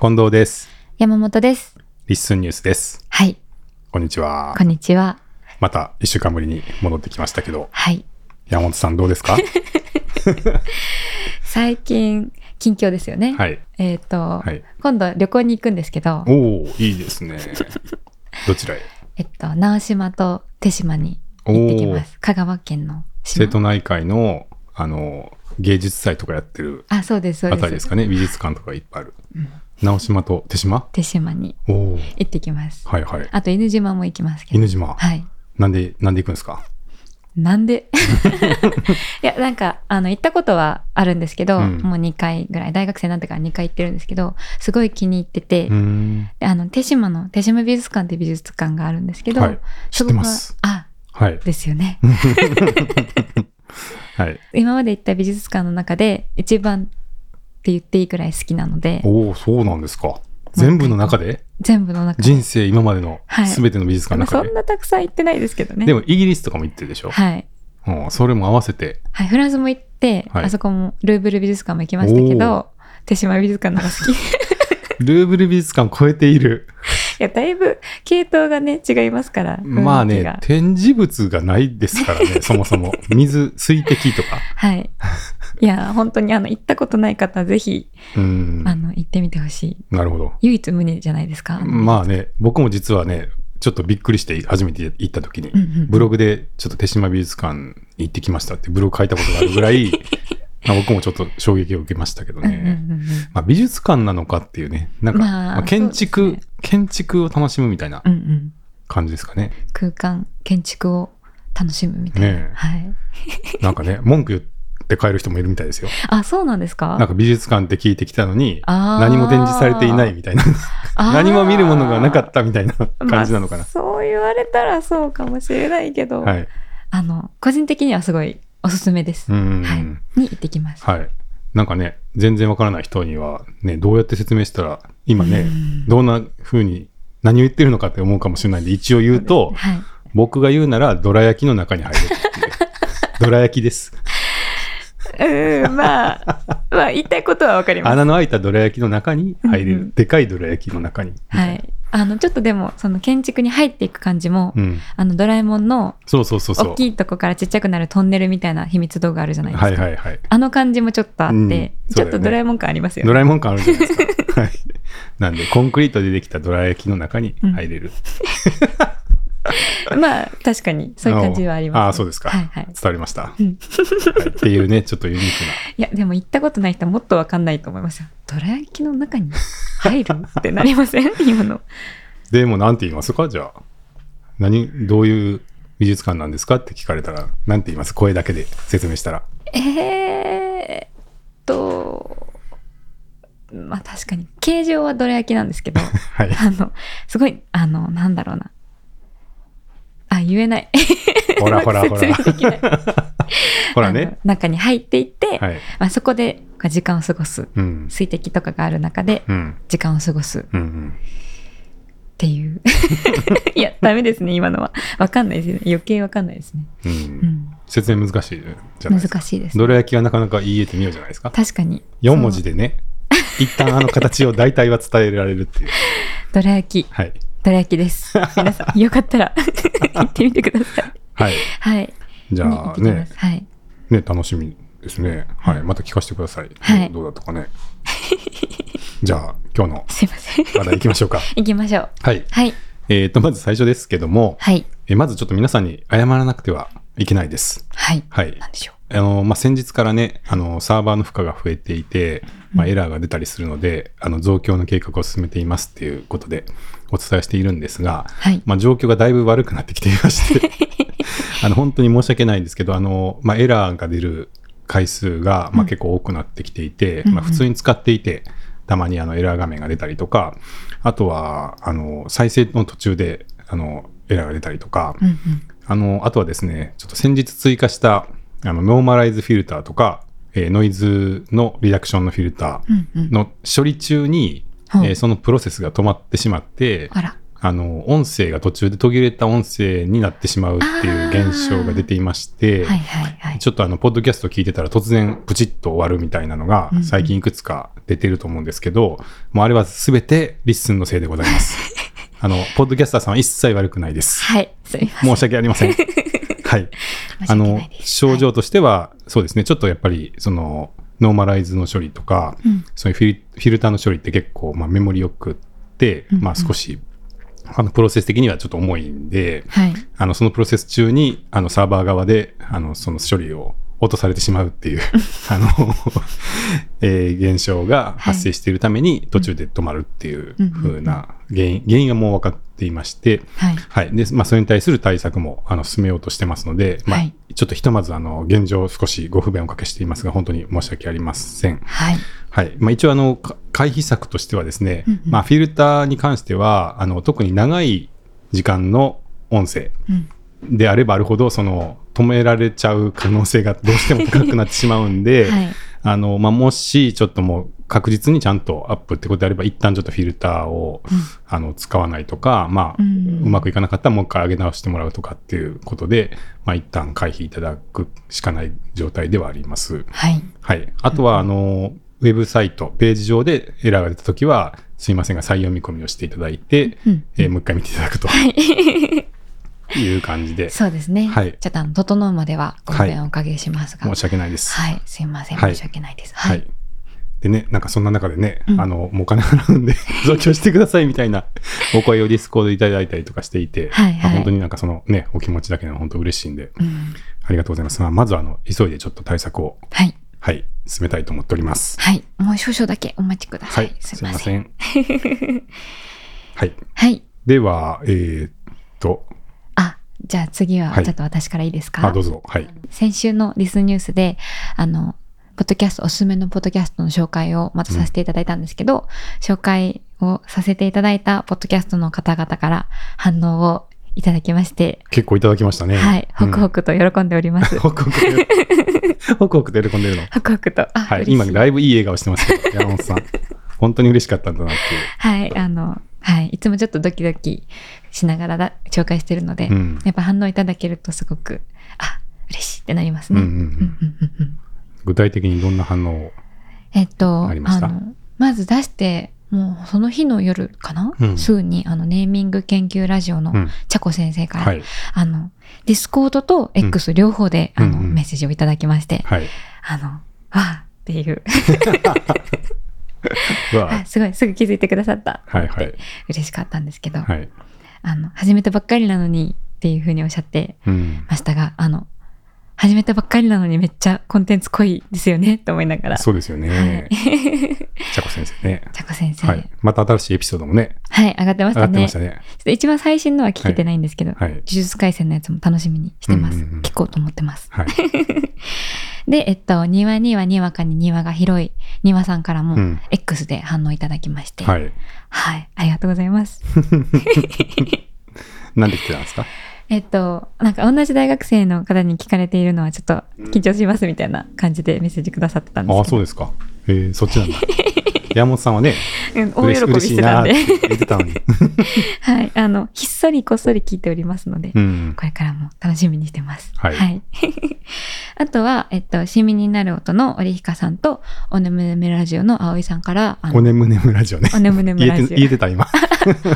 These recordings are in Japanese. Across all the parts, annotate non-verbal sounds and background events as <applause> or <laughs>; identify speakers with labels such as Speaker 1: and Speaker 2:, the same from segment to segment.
Speaker 1: 近藤です。
Speaker 2: 山本です。
Speaker 1: リッスンニュースです。
Speaker 2: はい、
Speaker 1: こんにちは
Speaker 2: こ。んにちは。
Speaker 1: また一週間ぶりに戻ってきましたけど、
Speaker 2: はい。
Speaker 1: 山本さんどうですか
Speaker 2: 最近、近況ですよね。
Speaker 1: はい。
Speaker 2: えっ、と、
Speaker 1: はい。
Speaker 2: 今度旅行に行くんですけど、
Speaker 1: おおいいですね。どちらへ
Speaker 2: えっと、直島と手島に行ってきます。香川県の島。
Speaker 1: 生徒内会の、あの、芸術祭とかやってる
Speaker 2: あ、そうです、そう
Speaker 1: あ
Speaker 2: で
Speaker 1: た
Speaker 2: す。
Speaker 1: りですかね。美術館とかいっぱいある。
Speaker 2: うん
Speaker 1: 直島と手島
Speaker 2: 手島に
Speaker 1: おおー
Speaker 2: 行ってきます。
Speaker 1: はいはい。
Speaker 2: あと、犬島も行きますけど。
Speaker 1: 犬島。
Speaker 2: はい。
Speaker 1: なんで、なんで行くんですか
Speaker 2: なんで <laughs> いや、なんか、あの、行ったことはあるんですけ
Speaker 1: う
Speaker 2: ど、
Speaker 1: ん
Speaker 2: もう2回ぐらい、大学生になってから2回行ってるんですけど、すごい気に入ってて、
Speaker 1: うーん。
Speaker 2: であの手島の手島美術館って美術館があるんですけど、
Speaker 1: はい知
Speaker 2: そこ
Speaker 1: って
Speaker 2: が
Speaker 1: ます
Speaker 2: あ
Speaker 1: はい。
Speaker 2: ですよね
Speaker 1: はい。
Speaker 2: 今まで行った美術館の中で一番って言っていいくらい好きなので
Speaker 1: おおそうなんですか。全部の中で
Speaker 2: 全部の中で
Speaker 1: 人生今までの
Speaker 2: はい
Speaker 1: 全ての美術館の
Speaker 2: まあ
Speaker 1: 中
Speaker 2: そ
Speaker 1: で
Speaker 2: ん。なたくさん行ってないですけどね
Speaker 1: でもイギリスとかも行ってるでしょ、
Speaker 2: はい、
Speaker 1: うん、それも合わせて
Speaker 2: はい、フランスも行って、
Speaker 1: はい
Speaker 2: あそこもルーブル美術館も行きましたけ
Speaker 1: お
Speaker 2: ど手島美術館の方
Speaker 1: <laughs>
Speaker 2: が好きい
Speaker 1: ルーブル美術館超えている
Speaker 2: やだいぶ系統がね違いますから
Speaker 1: まあ
Speaker 2: 雰囲気
Speaker 1: ね
Speaker 2: が
Speaker 1: 展示物がないですから
Speaker 2: <laughs>
Speaker 1: ねそもそも水水滴とか
Speaker 2: はいいや本当にあの行ったことない方はぜひ
Speaker 1: うん
Speaker 2: あの行ってみてほしい
Speaker 1: なるほど
Speaker 2: 唯一無二じゃないですか
Speaker 1: まあね僕も実はねちょっとびっくりして初めて行った時に、
Speaker 2: うんうん
Speaker 1: ブログでちょっと手島美術館に行ってきましたってブログ書いたことがあるぐら
Speaker 2: <laughs>
Speaker 1: いまあ僕もちょっと衝撃を受けましたけど
Speaker 2: うん
Speaker 1: ね、
Speaker 2: うんうんうん
Speaker 1: まあ、美術館なのかっていうねなんか、
Speaker 2: まあ
Speaker 1: まあ建
Speaker 2: そう
Speaker 1: 築、
Speaker 2: です
Speaker 1: 建築を楽しむみたいな
Speaker 2: うんうん、
Speaker 1: 感じですかね
Speaker 2: 空間建築を楽しむみたいな、
Speaker 1: ねえ
Speaker 2: はい、
Speaker 1: なんかね、文句言って帰る人もいるみたいですよ。
Speaker 2: あそうなんですか
Speaker 1: なんか美術館って聞いてきたのに、
Speaker 2: あー
Speaker 1: 何も展示されていないみたいな、
Speaker 2: あー
Speaker 1: 何も見るものがなかったみたいな感じなのか
Speaker 2: ま
Speaker 1: な
Speaker 2: あ。そう言われたらそうかもしれないけど、
Speaker 1: はい。
Speaker 2: あの個人的にはすごいおすすめです、
Speaker 1: う
Speaker 2: はい
Speaker 1: ん、、
Speaker 2: に行ってきます、
Speaker 1: はい。なんかね、全然わからない人には、ね、どうやって説明したら、今ね
Speaker 2: うん、
Speaker 1: どんな風に、何を言ってるのかって思うかもしれないんで、一応言うと、
Speaker 2: はい、
Speaker 1: 僕が言うなら、どら焼きの中に入るって
Speaker 2: <laughs>
Speaker 1: いう。どら焼きです。
Speaker 2: うーんま
Speaker 1: <laughs>
Speaker 2: あまあ言いたいことはわかります
Speaker 1: 穴の開いたどら焼きの中に入れ
Speaker 2: うんう
Speaker 1: る。
Speaker 2: ん
Speaker 1: でかいどら焼きの中に。
Speaker 2: はいあのちょっとでもその建築に入っていく感じも、
Speaker 1: うん。
Speaker 2: あのドラえもんの
Speaker 1: そうそうそうそう。
Speaker 2: 大きいとこからちっちゃくなるトンネルみたいな秘密道具あるじゃないですか、
Speaker 1: はいはいはい。
Speaker 2: あの感じもちょっとあって、
Speaker 1: うんそうだよね
Speaker 2: ちょっとドラえもん感ありますよ
Speaker 1: ド
Speaker 2: ね。
Speaker 1: ラえもん感あるじゃないですか。はい。なんで、コンクリートでできたドラ焼きの中に入れる。
Speaker 2: まあ確かにそういう感じはあります、
Speaker 1: ああ、そうですか。
Speaker 2: はいはい。
Speaker 1: 伝わりました、は
Speaker 2: う
Speaker 1: い
Speaker 2: ん
Speaker 1: っていうね、ちょっとユニーク
Speaker 2: いやでも行ったことない人はもっとわかんないと思いますよ。ドラ焼きの中に入るってなりません <laughs> 今の。
Speaker 1: な。でも、なんて言いますかじゃあ。何、どういう美術館なんですかって聞かれたら、なんて言います声だけで説明したら。
Speaker 2: えーっとまあ確かに形状はドラ焼きなんです
Speaker 1: <laughs>
Speaker 2: けど <laughs>
Speaker 1: はい。
Speaker 2: あのすごいあのなんだろうなあ言えない。
Speaker 1: ほらほらほ
Speaker 2: 説明
Speaker 1: ら。
Speaker 2: できない
Speaker 1: <laughs> ほら
Speaker 2: <laughs> あ
Speaker 1: ね
Speaker 2: の。中に入っていって、
Speaker 1: はい。
Speaker 2: まあ、そこでこう時間を過ごす
Speaker 1: うん。
Speaker 2: 水滴とかがある中で
Speaker 1: うん。
Speaker 2: 時間を過ごすっ
Speaker 1: うんうん。
Speaker 2: ていう <laughs> いやダメですね今のはわかんないですね余計わかんないですね、
Speaker 1: う。
Speaker 2: うんん、
Speaker 1: 説明難しいじゃないですか。
Speaker 2: 難しいです
Speaker 1: ドラ焼きはなかなか言えてみようじゃないですか。
Speaker 2: 確かに
Speaker 1: 4文字
Speaker 2: で
Speaker 1: でね、一旦あの形を大体は伝えられるっていう。
Speaker 2: どら焼き
Speaker 1: はい。
Speaker 2: どら焼き
Speaker 1: <laughs>
Speaker 2: です皆さんよかったら <laughs> 行ってみてください
Speaker 1: はい。
Speaker 2: はい
Speaker 1: じゃあ
Speaker 2: 見に行って
Speaker 1: ね
Speaker 2: きます、はい
Speaker 1: ね、楽しみですね。はい。また聞かせてください。
Speaker 2: はい
Speaker 1: どうだったかね。 <laughs> じゃあ、今日の
Speaker 2: すいません <laughs>
Speaker 1: 話題行きましょうか。
Speaker 2: 行きましょう
Speaker 1: はい。
Speaker 2: はい
Speaker 1: えっと、まず最初ですけども、
Speaker 2: はい
Speaker 1: えまずちょっと皆さんに謝らなくてはいけないです。
Speaker 2: はい
Speaker 1: はい。
Speaker 2: なんでしょ
Speaker 1: あの、まあ、先日からね、あの、サーバーの負荷が増えていて、まあ、エラーが出たりするので、あの、増強の計画を進めていますっていうことでお伝えしているんですが、
Speaker 2: はい
Speaker 1: まあ、状況がだいぶ悪くなってきていま
Speaker 2: <laughs>
Speaker 1: して、あの、本当に申し訳ないんですけど、あの、まあ、エラーが出る回数が、まあ、結構多くなってきていて、
Speaker 2: うん
Speaker 1: まあ、普通に使っていて、たまにあのエラー画面が出たりとか、あとは、あの、再生の途中で、あの、エラーが出たりとか、
Speaker 2: う、うんうん、
Speaker 1: あの、あとはですね、ちょっと先日追加した、あの、ノーマライズフィルターとか、えーノイズのリダクションのフィルタ
Speaker 2: うんうん
Speaker 1: ーの処理中に、
Speaker 2: うん
Speaker 1: えーそのプロセスが止まってしまって、
Speaker 2: あら
Speaker 1: あの、音声が途中で途切れた音声になってしまうっていう現象が出ていまして、
Speaker 2: はいはいはい。
Speaker 1: ちょっとあの、ポッドキャスト聞いてたら突然プチッと終わるみたいなのが
Speaker 2: うんうん
Speaker 1: 最近いくつか出てると思うんですけど、もうあれは全てリッスンのせいでござい
Speaker 2: <laughs>
Speaker 1: ます。あの、ポッドキャスターさんは一切悪くないです。
Speaker 2: はい、すみませ
Speaker 1: 申
Speaker 2: ん。
Speaker 1: し訳ありま <laughs> せん。はい。
Speaker 2: 申し
Speaker 1: あ
Speaker 2: 訳な
Speaker 1: の
Speaker 2: いです
Speaker 1: 症状としては、そうですね、ちょっとやっぱりそのノーマライズの処理とか、
Speaker 2: うん
Speaker 1: そういうフィルフィルターの処理って結構、まあ、メモリよくって、
Speaker 2: うんうん
Speaker 1: まあ、少しあのプロセス的にはちょっと重いんで、
Speaker 2: はい。はい
Speaker 1: あのそのプロセス中にあのサーバー側であのその処理を落とされてしまうっていう <laughs> あの、えー現象が発生しているために途中で止まるっていう風な原因原因がもう分かっていまして、
Speaker 2: はい。
Speaker 1: はい。で、まあ、それに対する対策も、あの、進めようとしてますので、まあ
Speaker 2: はい
Speaker 1: ちょっとひとまず、あの、現状少しご不便をおかけしていますが、本当に申し訳ありません。
Speaker 2: はい。
Speaker 1: はい。まあ、一応、あの、か回避策としてはですね、
Speaker 2: うんうん
Speaker 1: まあ、フィルターに関しては、あの、特に長い時間の音声
Speaker 2: うん。
Speaker 1: であればあるほど、その、止められちゃう可能性がどうしても高くなってしまうんで、
Speaker 2: <laughs> はい。
Speaker 1: あの、まあ、もし、ちょっともう、確実にちゃんとアップってことであれば、一旦ちょっとフィルターを、
Speaker 2: うん
Speaker 1: あの、使わないとか、まあ、う
Speaker 2: う
Speaker 1: んまくいかなかったらもう一回上げ直してもらうとかっていうことで、まあ、一旦回避いただくしかない状態ではあります。
Speaker 2: はい。
Speaker 1: はい。あとは、あの、ウェブサイト、ページ上でエラーが出たときは、すいませんが、再読み込みをしていただいて、
Speaker 2: うん
Speaker 1: えーもう一回見ていただくという感じで、
Speaker 2: <laughs> そうですね。
Speaker 1: はい
Speaker 2: ちょっとあの、整うまではご不便をおかけしますが。
Speaker 1: 申し訳ないです。
Speaker 2: はい。すいません。
Speaker 1: はい
Speaker 2: 申し訳ないです。
Speaker 1: は
Speaker 2: はい
Speaker 1: い。。でね、なんかそんな中でね、
Speaker 2: うん
Speaker 1: あの、もうお金払うんで、 <laughs> 増強してくださいみたいなお声をディスコードでいただいたりとかしていて、
Speaker 2: はいはい
Speaker 1: まあ本当になんかそのね、お気持ちだけでも本当嬉しいんで、
Speaker 2: うん。
Speaker 1: ありがとうございます。まあ、まずはあの急いでちょっと対策を、
Speaker 2: はい。
Speaker 1: はい、進めたいと思っております。
Speaker 2: はい。もう少々だけお待ちくださ。
Speaker 1: はいい、す
Speaker 2: すい
Speaker 1: い
Speaker 2: ま
Speaker 1: ま
Speaker 2: せん。
Speaker 1: せん。
Speaker 2: <laughs>
Speaker 1: はい、
Speaker 2: はい。
Speaker 1: では、えーっと、
Speaker 2: あ、じゃあ次は
Speaker 1: はい
Speaker 2: ちょっと私からいいですか、
Speaker 1: あ、どうぞ、はい、
Speaker 2: 先週のリスニュースで、あの、ポッドキャスト、おすすめのポッドキャストの紹介をまたさせていただいたんですけど、紹介をさせていただいたポッドキャストの方々から反応をいただきまして、
Speaker 1: 結構いただきましたね。
Speaker 2: はい、ホクホ
Speaker 1: ク。
Speaker 2: クと喜んでおりま
Speaker 1: <laughs>
Speaker 2: す。
Speaker 1: ホクホクで。 <laughs> ホクホクで喜んでるの。 <laughs>
Speaker 2: ホクホクと、あ、
Speaker 1: はい、
Speaker 2: 嬉し
Speaker 1: 今だいぶいい笑顔してますけど、山本さん。 <laughs> 本当に嬉しかったんだなって
Speaker 2: はい、あの、はい、いつもちょっとドキドキしながらだ紹介してるので、
Speaker 1: いう。うん。
Speaker 2: やっぱ反応いただけるとすごく、あ、嬉しいってなります
Speaker 1: うん
Speaker 2: ね。
Speaker 1: うんうん、
Speaker 2: うんうんうん
Speaker 1: 具体的にどんな反応を、
Speaker 2: えっと、
Speaker 1: ありました
Speaker 2: の、まず出して、もうその日の夜かな、
Speaker 1: うん
Speaker 2: すぐに、あの、ネーミング研究ラジオ
Speaker 1: う
Speaker 2: の
Speaker 1: ん、
Speaker 2: 茶子先生から、
Speaker 1: はい
Speaker 2: あの、ディスコードと X 両方で、
Speaker 1: うん
Speaker 2: あの、
Speaker 1: うんうん
Speaker 2: メッセージをいただきまして、
Speaker 1: はい
Speaker 2: あの、わあっていう、
Speaker 1: うわ
Speaker 2: <laughs> あすごい、すぐ気づいてくださった。
Speaker 1: はいはい
Speaker 2: 嬉しかったんですけど、
Speaker 1: はい
Speaker 2: あの、始めたばっかりなのにっていうふうにおっしゃって
Speaker 1: うん
Speaker 2: ましたが、あの、始めたばっかりなのにめっちゃコンテンツ濃いですよね、と思いながら。
Speaker 1: そうですよね、
Speaker 2: はい。 <laughs>
Speaker 1: 茶子先生ね
Speaker 2: 茶子先生、
Speaker 1: は
Speaker 2: はいい。、
Speaker 1: また新しいエピソードもね、
Speaker 2: 上がってま
Speaker 1: 上
Speaker 2: し
Speaker 1: が
Speaker 2: た
Speaker 1: ってま
Speaker 2: ね
Speaker 1: し。たね。
Speaker 2: ちょっと一番最新のは聞けてないんですけど、
Speaker 1: はい
Speaker 2: 呪。術廻戦のやつも楽しみにしてます。
Speaker 1: うんうんうん
Speaker 2: 聞こうと思ってます。
Speaker 1: はい。
Speaker 2: で、えっと、庭にはにわかに庭が広い庭さんから
Speaker 1: う
Speaker 2: も、
Speaker 1: ん。
Speaker 2: X で反応いただきまして、、
Speaker 1: はいい。
Speaker 2: ありがとうございます。
Speaker 1: なんで来てたんです
Speaker 2: <laughs>
Speaker 1: か
Speaker 2: えっと、なんか同じ大学生の方に聞かれているのはちょっと緊張しますみたいな感じでメッセージくださってたんで
Speaker 1: ああ、
Speaker 2: すけど、
Speaker 1: そうですか。えー、そっち
Speaker 2: <laughs>
Speaker 1: なんだ。山本さんはね、
Speaker 2: うん大
Speaker 1: 嬉し
Speaker 2: 喜び
Speaker 1: 嬉し
Speaker 2: し
Speaker 1: い
Speaker 2: てた
Speaker 1: なんー
Speaker 2: で、
Speaker 1: って言ってたの
Speaker 2: <laughs>
Speaker 1: に。
Speaker 2: はい、あの、ひっそりこっそり聞いておりますので、
Speaker 1: うん。
Speaker 2: これからも楽しみにしてます。
Speaker 1: はい
Speaker 2: <laughs> あとは、えっと、親身になる音の織彦さんと、おねむねむラジオの葵さんから、あの
Speaker 1: おねむねむラジオね
Speaker 2: お。ねむねむ
Speaker 1: 言
Speaker 2: ラ
Speaker 1: え
Speaker 2: ジ
Speaker 1: て言え
Speaker 2: オ。
Speaker 1: てた、
Speaker 2: <laughs>
Speaker 1: 今。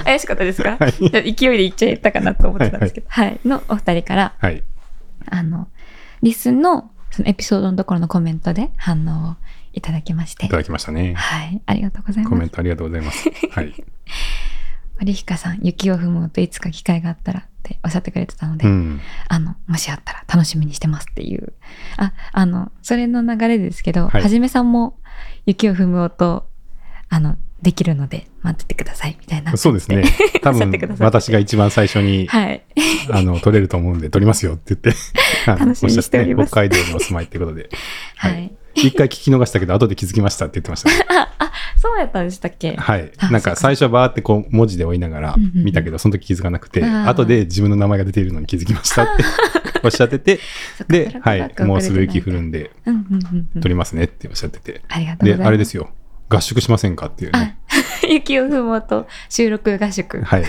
Speaker 2: 怪しかったですか、 <laughs>
Speaker 1: はい
Speaker 2: 勢いで言っちゃったかなと思ってたんですけど、はい、のお二人から、
Speaker 1: はい。
Speaker 2: あの、リスンの、そのエピソードのところのコメントで反応をいただきまして
Speaker 1: いた、だきましたね。
Speaker 2: はい、ありがとうござい
Speaker 1: コメ
Speaker 2: ま
Speaker 1: ン
Speaker 2: す。
Speaker 1: トありがとうござい <laughs> ます。はい。
Speaker 2: 織彦さん、雪を踏む音いつか機会があったらっておっしゃってくれてたので、
Speaker 1: うん。
Speaker 2: あの、もしあったら楽しみにしてますっていう。あ、あの、それの流れですけど、
Speaker 1: は
Speaker 2: はいじめさんも雪を踏む音、あの、できるので待っててくださいみたいな。
Speaker 1: そうですね。多
Speaker 2: おっしゃ
Speaker 1: 分
Speaker 2: ってくだ、さって
Speaker 1: 私が一番最初に、
Speaker 2: はい。
Speaker 1: あの、撮れると思うんで、撮りますよって言
Speaker 2: <laughs>
Speaker 1: って、あの
Speaker 2: 楽しみにしております
Speaker 1: おっしゃってね北海道にお住まいってことで。
Speaker 2: は。
Speaker 1: はいい一回聞き逃したけど、後で気づきましたって言ってました
Speaker 2: <laughs>
Speaker 1: ね。
Speaker 2: そうやったんでしたっけ
Speaker 1: はい
Speaker 2: あ。
Speaker 1: なん
Speaker 2: そう
Speaker 1: か
Speaker 2: か
Speaker 1: 最初はバーってこう文字で追いながら
Speaker 2: うんうんうん
Speaker 1: 見たけど、その時気づかなくて、
Speaker 2: あー
Speaker 1: 後で自分の名前が出ているのに気づきましたって
Speaker 2: <laughs>
Speaker 1: おっしゃってて、
Speaker 2: そっか
Speaker 1: で、は
Speaker 2: それ
Speaker 1: い、
Speaker 2: が
Speaker 1: もう
Speaker 2: 遅
Speaker 1: す
Speaker 2: れて
Speaker 1: ぐ雪降
Speaker 2: ない
Speaker 1: るんで
Speaker 2: うんうんうんうん。
Speaker 1: 撮りますねっておっしゃってて。
Speaker 2: ありがとうござい
Speaker 1: で、
Speaker 2: ます。
Speaker 1: あれですよ。合宿しませんかっていうね。
Speaker 2: 雪を踏もうと収録合宿。
Speaker 1: はい。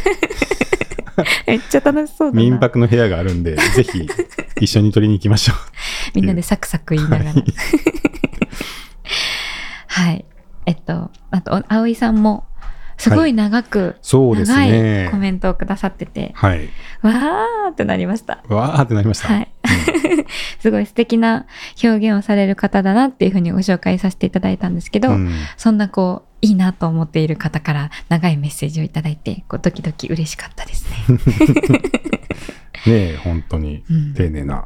Speaker 2: めっちゃ楽しそうだ
Speaker 1: <laughs>
Speaker 2: な。
Speaker 1: 民泊の部屋があるん <laughs> で、ぜひ一緒に撮りに行きましょ
Speaker 2: みんなでサクサク言いながら。
Speaker 1: は
Speaker 2: はいい。 <laughs> えっと、あと、お葵さんも、すごい長く、
Speaker 1: う。 <laughs> そうです
Speaker 2: 長い
Speaker 1: ね
Speaker 2: コ。メントをくださってて、
Speaker 1: はい。
Speaker 2: わーってなりました。
Speaker 1: わーってなりました。
Speaker 2: はい。 <laughs> すごい素敵な表現をされる方だなっていうふうにご紹介させていただいたんですけど、
Speaker 1: うん
Speaker 2: そんなこう、いいなと思っている方から長いメッセージをいただいて、こうドキドキ嬉しかったですね。
Speaker 1: <laughs> ねえ、本当に
Speaker 2: うん
Speaker 1: 丁寧な。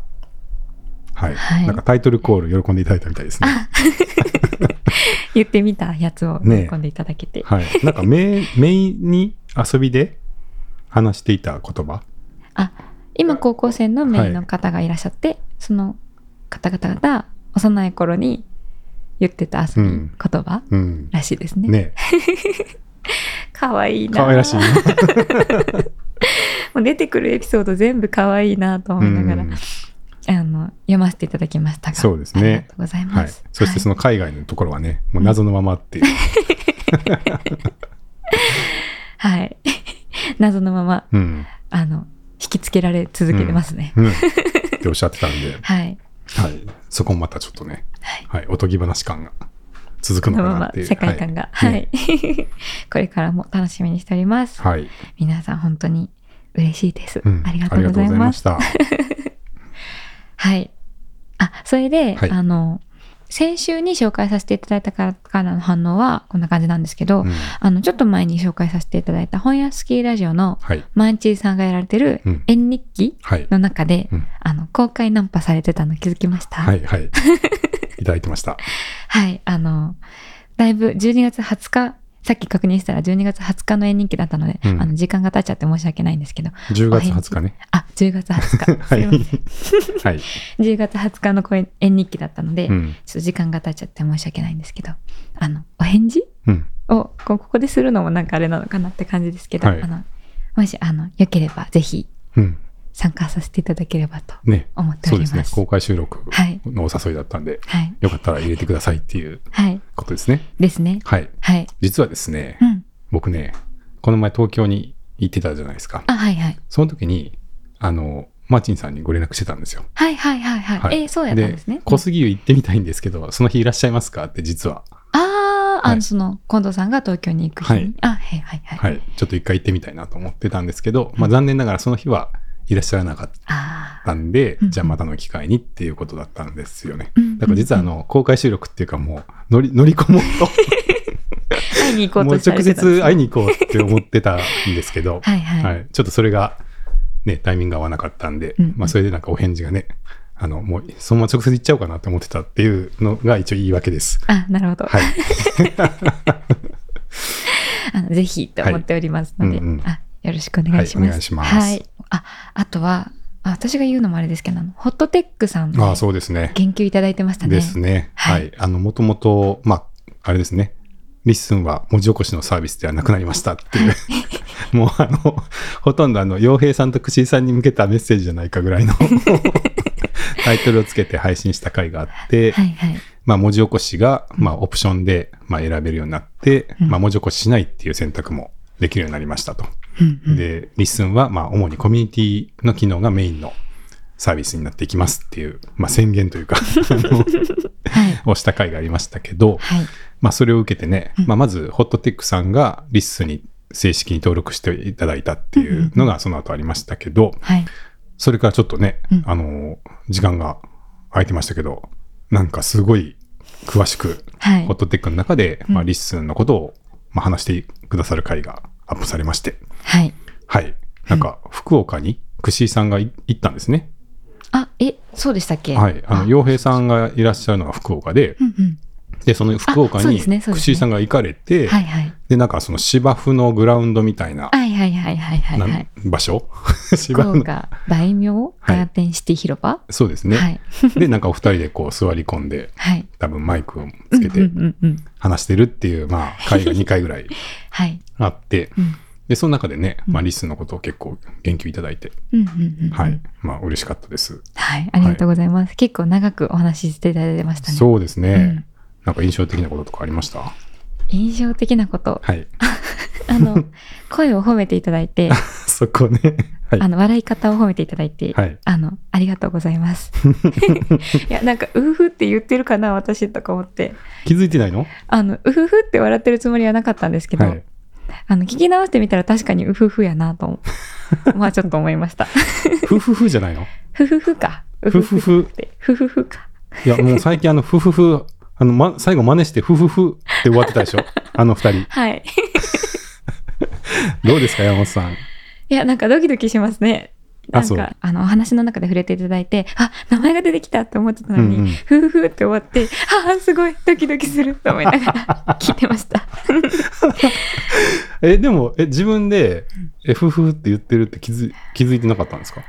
Speaker 1: はい、
Speaker 2: はい
Speaker 1: なんかタイトルコール喜んでいただいたみたいですね。
Speaker 2: 言ってみたやつを
Speaker 1: ねえ
Speaker 2: 喜んでいただけて。
Speaker 1: <laughs> はい。なんかメイン、メインに遊びで話していた言葉。
Speaker 2: あ今高校生のメインの方がいらっしゃって、その方々が幼い頃に言ってた遊び
Speaker 1: うん
Speaker 2: 言葉
Speaker 1: うん。
Speaker 2: らしいですね。
Speaker 1: ね
Speaker 2: かわいい
Speaker 1: <laughs> え、
Speaker 2: な。
Speaker 1: かわいらしいね。
Speaker 2: もう出てくるエピソード全部かわいいなと思いながら、
Speaker 1: うん
Speaker 2: あの読ませていただきましたが
Speaker 1: そうです
Speaker 2: ありが
Speaker 1: ね
Speaker 2: と。うござい
Speaker 1: は
Speaker 2: ま
Speaker 1: い
Speaker 2: す。。
Speaker 1: そしてそ
Speaker 2: の、
Speaker 1: の海外のところはね、もう謎のままっていう。
Speaker 2: はい <laughs> 謎のまま
Speaker 1: うん。
Speaker 2: あの引きつけられ続けてますね。
Speaker 1: <laughs> うん。っておっしゃってたんで、
Speaker 2: はい、
Speaker 1: はい。そこもまたちょっとね、
Speaker 2: はい
Speaker 1: はい。おとぎ話感が続く
Speaker 2: こ
Speaker 1: の
Speaker 2: の
Speaker 1: か
Speaker 2: ま
Speaker 1: なっ
Speaker 2: ま
Speaker 1: ていう。
Speaker 2: 世界観が、はい <laughs> これからも楽しみにしております。
Speaker 1: はい。はい。
Speaker 2: 皆さん本当に嬉しいです。
Speaker 1: うん
Speaker 2: ありがとうございます。
Speaker 1: ありがとうございました。
Speaker 2: はい。あ、それで、
Speaker 1: はい
Speaker 2: あの、先週に紹介させていただいたからからの反応はこんな感じなんですけど、
Speaker 1: うん
Speaker 2: あの、ちょっと前に紹介させていただいた本屋スキーラジオの
Speaker 1: はい。
Speaker 2: マンチーさんがやられてる
Speaker 1: うん
Speaker 2: 縁日記
Speaker 1: はい。
Speaker 2: の中で、
Speaker 1: うん
Speaker 2: あの、公開ナンパされてたの気づきました。。
Speaker 1: はいい。
Speaker 2: <laughs>
Speaker 1: はい。いただいてました。
Speaker 2: はい。あの、だいぶ12月20日、さっき確認したら12月20日の縁日記だったので、
Speaker 1: うん
Speaker 2: あの、時間が経っちゃって申し訳ないんですけど、
Speaker 1: 10月20日ね。
Speaker 2: <laughs> あ、10月20
Speaker 1: <laughs>
Speaker 2: 日。
Speaker 1: は
Speaker 2: すい
Speaker 1: い
Speaker 2: ません。。
Speaker 1: はい。
Speaker 2: 10月20日の公演演日記だったので、
Speaker 1: うん。
Speaker 2: ちょっと時間が経っちゃって申し訳ないんですけど、あの、お返事
Speaker 1: うん。
Speaker 2: をこうここでするのもなんかあれなのかなって感じですけど、
Speaker 1: はい
Speaker 2: あの、もし、あの、良ければぜひ
Speaker 1: うん。
Speaker 2: 参加させていただければと
Speaker 1: ね。
Speaker 2: 思って
Speaker 1: そ
Speaker 2: お
Speaker 1: う
Speaker 2: り
Speaker 1: で
Speaker 2: ます
Speaker 1: ね。
Speaker 2: す。
Speaker 1: 公開収録
Speaker 2: はい。
Speaker 1: のお誘いだったんで、
Speaker 2: はい。
Speaker 1: よかったら入れてくださいっていう
Speaker 2: はい。
Speaker 1: ことですね。
Speaker 2: ですね。
Speaker 1: はい。
Speaker 2: はい。
Speaker 1: 実はですね、
Speaker 2: うん。
Speaker 1: 僕ね、この前東京に行ってたじゃないですか。
Speaker 2: あ、はいはい。
Speaker 1: その時に、あの、マーチンさんにご連絡してたんですよ。
Speaker 2: はいはいはいはい。
Speaker 1: はい
Speaker 2: えーそうやったんですね。
Speaker 1: 小杉湯行ってみたいんですけど、その日いらっしゃいますかって実は。
Speaker 2: ああ、あ
Speaker 1: は
Speaker 2: の、
Speaker 1: い
Speaker 2: その、近藤さんが東京に行く日に。
Speaker 1: はい
Speaker 2: あ、はいはいはい。
Speaker 1: はい。ちょっと一回行ってみたいなと思ってたんですけど、まあ残念ながらその日はいらっしゃらなかっ
Speaker 2: ああ。
Speaker 1: たんで、
Speaker 2: うん
Speaker 1: じゃあまたの機会にっていうことだったんですよね。
Speaker 2: うん
Speaker 1: だから実はあの、公開収録っていうかもう乗り、乗り込
Speaker 2: <laughs>
Speaker 1: もう、
Speaker 2: 会いに行ことう
Speaker 1: もう
Speaker 2: とされ
Speaker 1: 直
Speaker 2: てたんですね
Speaker 1: 接会いに行こうって思ってたんですけど、
Speaker 2: <laughs> はいはい。
Speaker 1: はい、ちょっとそれが、ね、タイミングが合わなかったんで、
Speaker 2: うん
Speaker 1: まあ、それでなんかお返事がねあのもうそのまま直接行っちゃおうかなと思ってたっていうのが一応言い訳です。
Speaker 2: あ、なるほど。 <laughs>
Speaker 1: はい、
Speaker 2: あ <laughs> のぜひと思っておりますの
Speaker 1: は
Speaker 2: で、
Speaker 1: いうんうん
Speaker 2: あよろしくお願いし
Speaker 1: は
Speaker 2: ます。
Speaker 1: いお願いします
Speaker 2: はいあ、あとは、あ私が言うのもあれですけど、あのホットテックさん
Speaker 1: あ
Speaker 2: の
Speaker 1: あそうですね。
Speaker 2: 言及いただいてましたね。
Speaker 1: ですね。は
Speaker 2: はい
Speaker 1: い、あのもともとまああれですねリッスンは文字起こしのサービスではなくなりましたって
Speaker 2: <laughs>
Speaker 1: いうもうあのほとんどあの洋平さんと串井さんに向けたメッセージじゃないかぐ
Speaker 2: <laughs>
Speaker 1: らいのタイトルをつけて配信した回があって、
Speaker 2: はいはい。
Speaker 1: まあ、文字起こしが、まあ、オプションで、まあ、選べるようになって、
Speaker 2: うん
Speaker 1: まあ、文字起こししないっていう選択もできるようになりましたと。
Speaker 2: うんうん
Speaker 1: で、リッスンは、まあ、主にコミュニティの機能がメインのサービスになっていきますっていう、まあ、宣言という
Speaker 2: <laughs>
Speaker 1: か、あの
Speaker 2: はい。
Speaker 1: をした回がありましたけど、
Speaker 2: はい。
Speaker 1: まあ、それを受けてね、
Speaker 2: うん
Speaker 1: まあ、まず、ホットテックさんがリッスンに正式に登録していただいたっていうのが、その後ありましたけど、
Speaker 2: はい。
Speaker 1: それからちょっとね、
Speaker 2: うん
Speaker 1: あの、時間が空いてましたけど、なんかすごい詳しく、
Speaker 2: はい
Speaker 1: ホッ。トテックの中で、
Speaker 2: うん
Speaker 1: まあ、リッスンのことを、まあ、話してくださる回がアップされまして、
Speaker 2: はい。
Speaker 1: はい。なんか、福岡に、串井さんがい行ったんですね。
Speaker 2: あ、え、そうでしたっけ
Speaker 1: はい。あの、
Speaker 2: よ、
Speaker 1: 洋平さんがいらっしゃるのが福岡で
Speaker 2: う、んうん。
Speaker 1: で、その福岡
Speaker 2: あそう
Speaker 1: に、
Speaker 2: ですねそうです
Speaker 1: 串
Speaker 2: ね
Speaker 1: 井さんが行かれて、
Speaker 2: はいはい。
Speaker 1: で、なんかその芝生のグラウンドみたいな、
Speaker 2: はいはいはいはいはいは。
Speaker 1: ない場所
Speaker 2: <laughs>
Speaker 1: 芝
Speaker 2: 福
Speaker 1: 生の。
Speaker 2: 岡大名ガーデンシティ広場、
Speaker 1: そうです
Speaker 2: は
Speaker 1: ね。
Speaker 2: い、は
Speaker 1: <laughs>
Speaker 2: い。
Speaker 1: で、なんかお二人でこう座り込んで、
Speaker 2: はい。
Speaker 1: 多分マイクをつけ
Speaker 2: うん
Speaker 1: て
Speaker 2: うんうん。
Speaker 1: 話してるっていう、まあ、回が2回ぐらい
Speaker 2: はい。
Speaker 1: あって、
Speaker 2: うん
Speaker 1: で、その中でね、
Speaker 2: うん
Speaker 1: まあ、リスンのことを結構言及いただいて、
Speaker 2: うんうんうんうん。
Speaker 1: はい。まあ、嬉しかったです。
Speaker 2: はい、ありがとうございます。結構長くお話ししていただいてましたね。
Speaker 1: そうですね。
Speaker 2: うん
Speaker 1: なんか印象的なこととかありました
Speaker 2: 印象的
Speaker 1: <laughs>
Speaker 2: なこと、 <laughs>
Speaker 1: はい。
Speaker 2: あの、声を褒めていただいて、
Speaker 1: そこね。はい
Speaker 2: あ。の、笑い方を褒めていただいて、
Speaker 1: はい。
Speaker 2: あの、ありがとうございます。いや、なんか、うふって言ってるかな、私とか思って。
Speaker 1: 気づいてないの
Speaker 2: あの、うふふって笑ってるつもりはなかったんですけど、
Speaker 1: はい。
Speaker 2: あの、聞き直してみたら確かにうふふやなと思う。まあ、ちょっと思いました。 <laughs>
Speaker 1: ふふふじゃないの
Speaker 2: ふふふか。う
Speaker 1: ふふ
Speaker 2: っ
Speaker 1: ふ。
Speaker 2: て。ふふふか。
Speaker 1: いや、もう最近あの、ふふふ、あの、ま、最後真似してふふふって終わってたでし
Speaker 2: <laughs>
Speaker 1: ょあの二人。
Speaker 2: はい。
Speaker 1: どうですか、山本さん。
Speaker 2: いや、なんかドキドキしますね。
Speaker 1: あ
Speaker 2: なん
Speaker 1: そう
Speaker 2: か、あの、お話の中で触れていただいて、あ、名前が出てきたって思ってたの
Speaker 1: うんうん
Speaker 2: に、ふふふって終わって、あー、すごい、ドキドキすると思いながら聞いてました。 <laughs>
Speaker 1: え、でも、え、自分で、え、ふふふって言ってるって気づ気づいてなかったんですか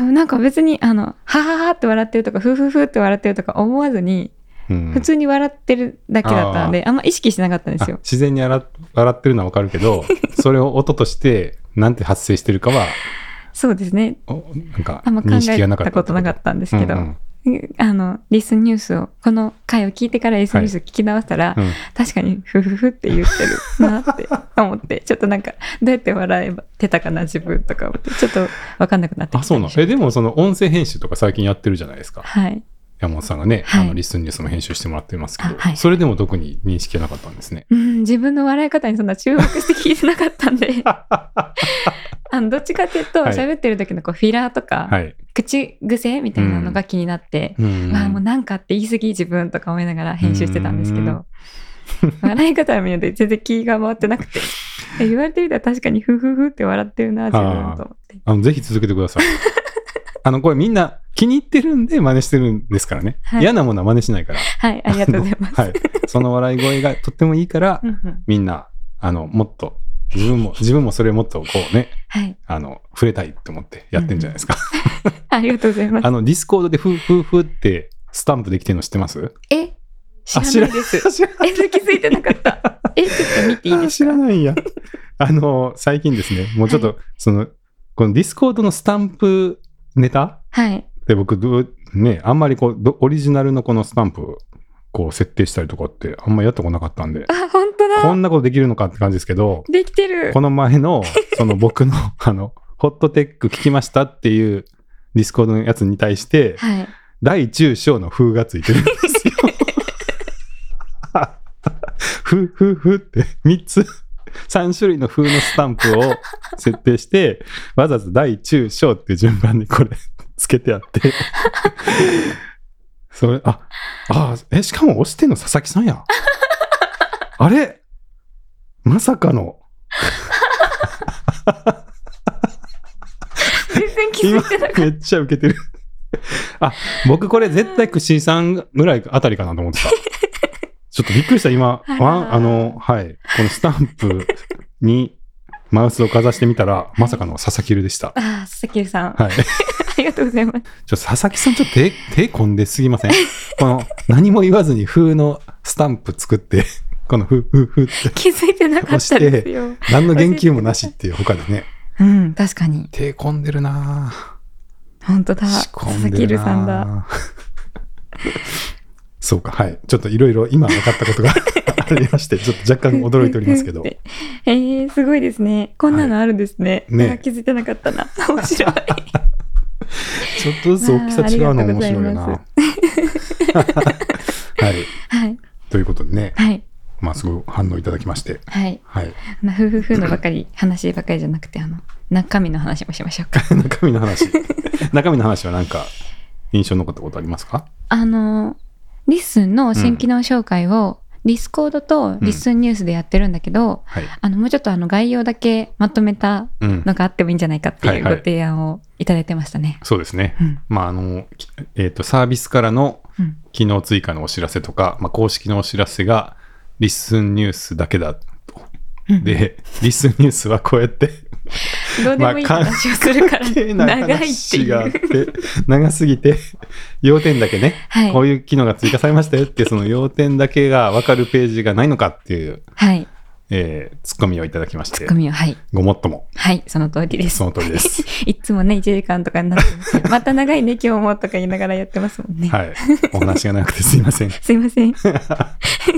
Speaker 2: なんか別に、あの、はははって笑ってるとか、ふふふって笑ってるとか思わずに、
Speaker 1: うん。
Speaker 2: 普通に笑ってるだけだったので、あんま意識してなかったんです
Speaker 1: あ
Speaker 2: よ。
Speaker 1: 自然に洗っ洗ってるのはわかるけ
Speaker 2: <laughs>
Speaker 1: ど、それを音として、なんて発生してるかは、
Speaker 2: そうですね。
Speaker 1: おなんか
Speaker 2: あんま考
Speaker 1: 認識がなかった
Speaker 2: えたことなかったんですけど、
Speaker 1: うん
Speaker 2: あの、リスニュースを、この回を聞いてからリスニュース聞き直したら、
Speaker 1: うんうん
Speaker 2: 確かにフフフって言ってるなって思ってちょっとなんかどうやって笑えてたかな自分とか思ってちょっと分かんなくなってきた
Speaker 1: あそうなのえでもその音声編集とか最近やってるじゃないですか
Speaker 2: はい
Speaker 1: 山本さんがね、
Speaker 2: はい
Speaker 1: あのリスンニュースも編集してもらってますけど、
Speaker 2: あはい
Speaker 1: それでも特に認識がなかったんですね
Speaker 2: うん自分の笑い方にそんな注目して聞いてなかったん <laughs> であのどっちかっていうと
Speaker 1: はい
Speaker 2: 喋ってる時のこうフィラーとか、
Speaker 1: はい、
Speaker 2: 口癖みたいなのが気になって、
Speaker 1: うん
Speaker 2: わあもうなんかって言い過ぎ自分とか思いながら編集してたんですけど <laughs> 笑い方を見ると全然気が回ってなくてえ言われてみたら確かにフフフって笑ってるな自分と思って
Speaker 1: あのぜひ続けてくださ
Speaker 2: <laughs>
Speaker 1: いあのこれみんな気に入ってるんで真似してるんですからね、
Speaker 2: はい
Speaker 1: 嫌なものは真似しないから
Speaker 2: はいありがとうございます。
Speaker 1: あのはい、その笑い声がとってもいいから、
Speaker 2: うんうん
Speaker 1: みんなあのもっと自分
Speaker 2: <laughs>
Speaker 1: も自分もそれをもっとこうね
Speaker 2: はい
Speaker 1: あの触れたいって思ってやってんじゃないですか、
Speaker 2: ありがとうございます
Speaker 1: あ。のディスコードでフーフーフーってスタンプできてるの知ってます
Speaker 2: え知らないです。
Speaker 1: 知らない
Speaker 2: え、気づいてなかった。え、ちょっと見ていい
Speaker 1: あ
Speaker 2: で
Speaker 1: <laughs> 知
Speaker 2: す
Speaker 1: ら
Speaker 2: か
Speaker 1: ないんや。あの、最近ですね、もうちょっと、その、このディスコードのスタンプネタ
Speaker 2: はい。
Speaker 1: で僕どう、ね、あんまりこう、どオリジナルのこのスタンプ、こう、設定したりとかって、あんまやったことなかったんで、
Speaker 2: あ、本当
Speaker 1: こ
Speaker 2: だ。
Speaker 1: んなことできるのかって感じですけど、
Speaker 2: できてる
Speaker 1: こ。の前の、その僕の、あの、ホットテック聞きましたっていう、ディスコードのやつに対して、
Speaker 2: はい。
Speaker 1: 大中小の風がついてるんですよ。 <laughs> ふふふって3つ3種類の風のスタンプを設定してわざわざ大中小っていう順番にこれつけてあってそれああえしかも押してんの佐々木さんやあれまさかの
Speaker 2: 全然気づ
Speaker 1: 今
Speaker 2: いてなか
Speaker 1: <laughs>
Speaker 2: っ
Speaker 1: めっちゃ受けてるあ僕これ絶対串井さんぐらいあたりかなと思ってたちょっとびっくりした今
Speaker 2: あらー
Speaker 1: ワンあのはいこのスタンプにマウスをかざしてみたら、まさかの佐々木流でした
Speaker 2: た。あ、佐々木さん。あ
Speaker 1: はいちょ
Speaker 2: りがとうございます。
Speaker 1: っと佐々木さんちょっと手手込んですぎませんこの何も言わずに風のスタンプ作ってこのふふふって
Speaker 2: 気づいてなかったですよ。
Speaker 1: 何の言及もなしっていう他でね
Speaker 2: うん、確かに。
Speaker 1: 手込んでるなぁ
Speaker 2: 本当だ。
Speaker 1: 仕
Speaker 2: 佐
Speaker 1: 込
Speaker 2: 々
Speaker 1: ん
Speaker 2: 木
Speaker 1: でる
Speaker 2: る
Speaker 1: な
Speaker 2: さんだ。
Speaker 1: <laughs> そうかはいちょっといろいろ今分かったことが <laughs> ありましてちょっと若干驚いております
Speaker 2: <laughs>
Speaker 1: けど
Speaker 2: ふふふってえー、すごいですね。こんなのあるんですね。
Speaker 1: はいね
Speaker 2: あ気づいてなかったな。
Speaker 1: <laughs>
Speaker 2: 面白い。
Speaker 1: ちょっとずつ大きさ違うの面白いよな
Speaker 2: あーあ
Speaker 1: は
Speaker 2: り
Speaker 1: <laughs> い
Speaker 2: はい。
Speaker 1: ということでね
Speaker 2: はい。
Speaker 1: まあすごい反応いただきまして
Speaker 2: はい。
Speaker 1: はい <laughs>
Speaker 2: あのふふふのばかり、話ばかりじゃなくて、あの、中身の話もしましょ
Speaker 1: <laughs>
Speaker 2: うか。
Speaker 1: 中身の
Speaker 2: <laughs>
Speaker 1: 話中身の話は何か印象に残ったことありますか
Speaker 2: あの、リッスンの新機能紹介を、ディスコードとリッスンニュースでやってるんだけど、
Speaker 1: はい
Speaker 2: あの、もうちょっとあの概要だけまとめた
Speaker 1: うん
Speaker 2: のがあってもいいんじゃないかって
Speaker 1: はいいうは
Speaker 2: ご
Speaker 1: い
Speaker 2: 提案をいただいてましたね。
Speaker 1: そうですね
Speaker 2: うん
Speaker 1: まああのきえっ、とサービスからの
Speaker 2: うん
Speaker 1: 機能追加のお知らせとか、まあ、公式のお知らせがリッスンニュースだけだと
Speaker 2: うん
Speaker 1: で、リスニュースはこうやって、
Speaker 2: <laughs> どうでもいい
Speaker 1: まあ関
Speaker 2: 話をするから、
Speaker 1: 綺麗な
Speaker 2: 長いって
Speaker 1: 話
Speaker 2: い
Speaker 1: があって
Speaker 2: う。、
Speaker 1: 長すぎて、要点だけね、
Speaker 2: はい
Speaker 1: こういう機能が追加されましたよって、その要点だけが分かるページがないのかっていう
Speaker 2: はい。
Speaker 1: えーツッコミをいただきまし
Speaker 2: ツ
Speaker 1: て
Speaker 2: ッコ、ミを、はい。
Speaker 1: ごもっとも、
Speaker 2: はい、その通りです
Speaker 1: そ。の通りです。
Speaker 2: <laughs> いつもね、1時間とかになってますけど、また長いね、今日もとか言いながらやってますもんね。
Speaker 1: はい。お話がなくてすいま
Speaker 2: <laughs>
Speaker 1: せん。は。
Speaker 2: すいません。はい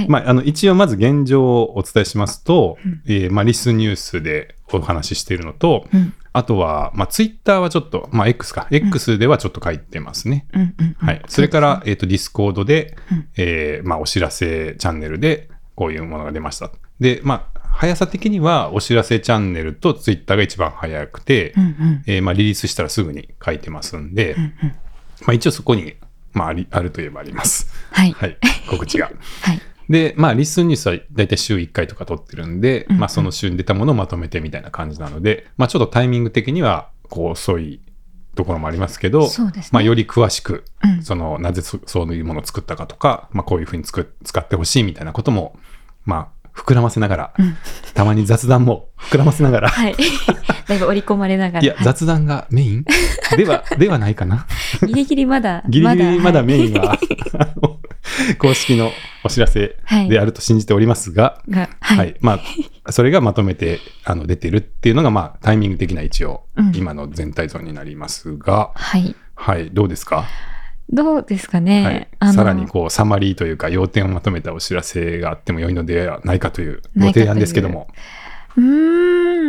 Speaker 2: い。
Speaker 1: まあ、あの一応まず現状をお伝えしますと、
Speaker 2: うん
Speaker 1: えーまあ、リスニュースでお話ししているのと、
Speaker 2: うん、
Speaker 1: あとは、まあ、ツイッターはちょっと、まあ、X か、X ではちょっと書いてますね。
Speaker 2: うん、うん。
Speaker 1: はい。それから、えっ、と、ディスコードで、
Speaker 2: うん
Speaker 1: えーまあ、お知らせチャンネルで、こういうものが出ました。で、まあ、速さ的には、お知らせチャンネルとツイッターが一番早くて、
Speaker 2: うん、うん。
Speaker 1: えーまあ、リリースしたらすぐに書いてますんで、
Speaker 2: うんうん
Speaker 1: まあ、一応そこに、まあ、ありあるといえばあります。
Speaker 2: はい。
Speaker 1: はい。告
Speaker 2: <laughs>
Speaker 1: 知が。
Speaker 2: はい。
Speaker 1: で、まあ、リスンニュースは大体週1回とか撮ってるんで、
Speaker 2: うんうん
Speaker 1: まあ、その週に出たものをまとめてみたいな感じなので、まあ、ちょっとタイミング的には、こう、遅いところもありますけど、
Speaker 2: そうですね
Speaker 1: まあ、より詳しく、
Speaker 2: うん
Speaker 1: その、なぜそそういうものを作ったかとか、まあ、こういうふうに作っ使ってほしいみたいなことも、まあ、膨らませながら、
Speaker 2: うん
Speaker 1: たまに雑談も膨らませながら、<laughs>
Speaker 2: <laughs> はい。だいぶ織り込まれながら。
Speaker 1: いや、
Speaker 2: はい
Speaker 1: 雑談がメイン <laughs> では、ではないかな。
Speaker 2: <laughs> ギリギリまだ。
Speaker 1: ギリギリまだメイン
Speaker 2: は
Speaker 1: は、あの公式のお知らせ
Speaker 2: はい
Speaker 1: であると信じておりますが、
Speaker 2: い。が、
Speaker 1: はい、
Speaker 2: はい。
Speaker 1: まあ、それがまとめて、あの、出てるっていうのが、まあ、タイミング的な一応
Speaker 2: うん、
Speaker 1: 今の全体像になりますが、
Speaker 2: はい。
Speaker 1: はい、どうですか、
Speaker 2: どうですか
Speaker 1: はい
Speaker 2: ね。あの
Speaker 1: さらに、こう、サマリーというか、要点をまとめたお知らせがあっても良いのではないかというご提案ですけども、
Speaker 2: うー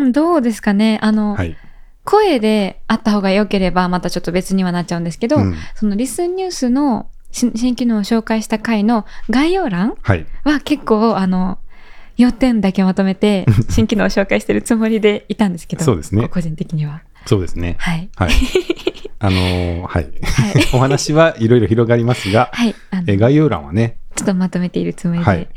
Speaker 2: ん、どうですかね。あの、
Speaker 1: はい。
Speaker 2: 声であった方が良ければ、またちょっと別にはなっちゃうんですけど、
Speaker 1: うん
Speaker 2: そのリスンニュースのし新機能を紹介した回の概要欄
Speaker 1: はい。
Speaker 2: は結構、あの、要点だけまと
Speaker 1: <laughs>
Speaker 2: めて、新機能を紹介してるつもりでいたんですけど、
Speaker 1: そうですね
Speaker 2: 個人的には。
Speaker 1: そうですね。
Speaker 2: はい。
Speaker 1: <laughs> はい。あのーはい。
Speaker 2: はい。
Speaker 1: <laughs> お話はいろいろ広がりますが、
Speaker 2: はい。あの
Speaker 1: えー概要欄はね、
Speaker 2: ちょっとまとめているつもり
Speaker 1: はい
Speaker 2: で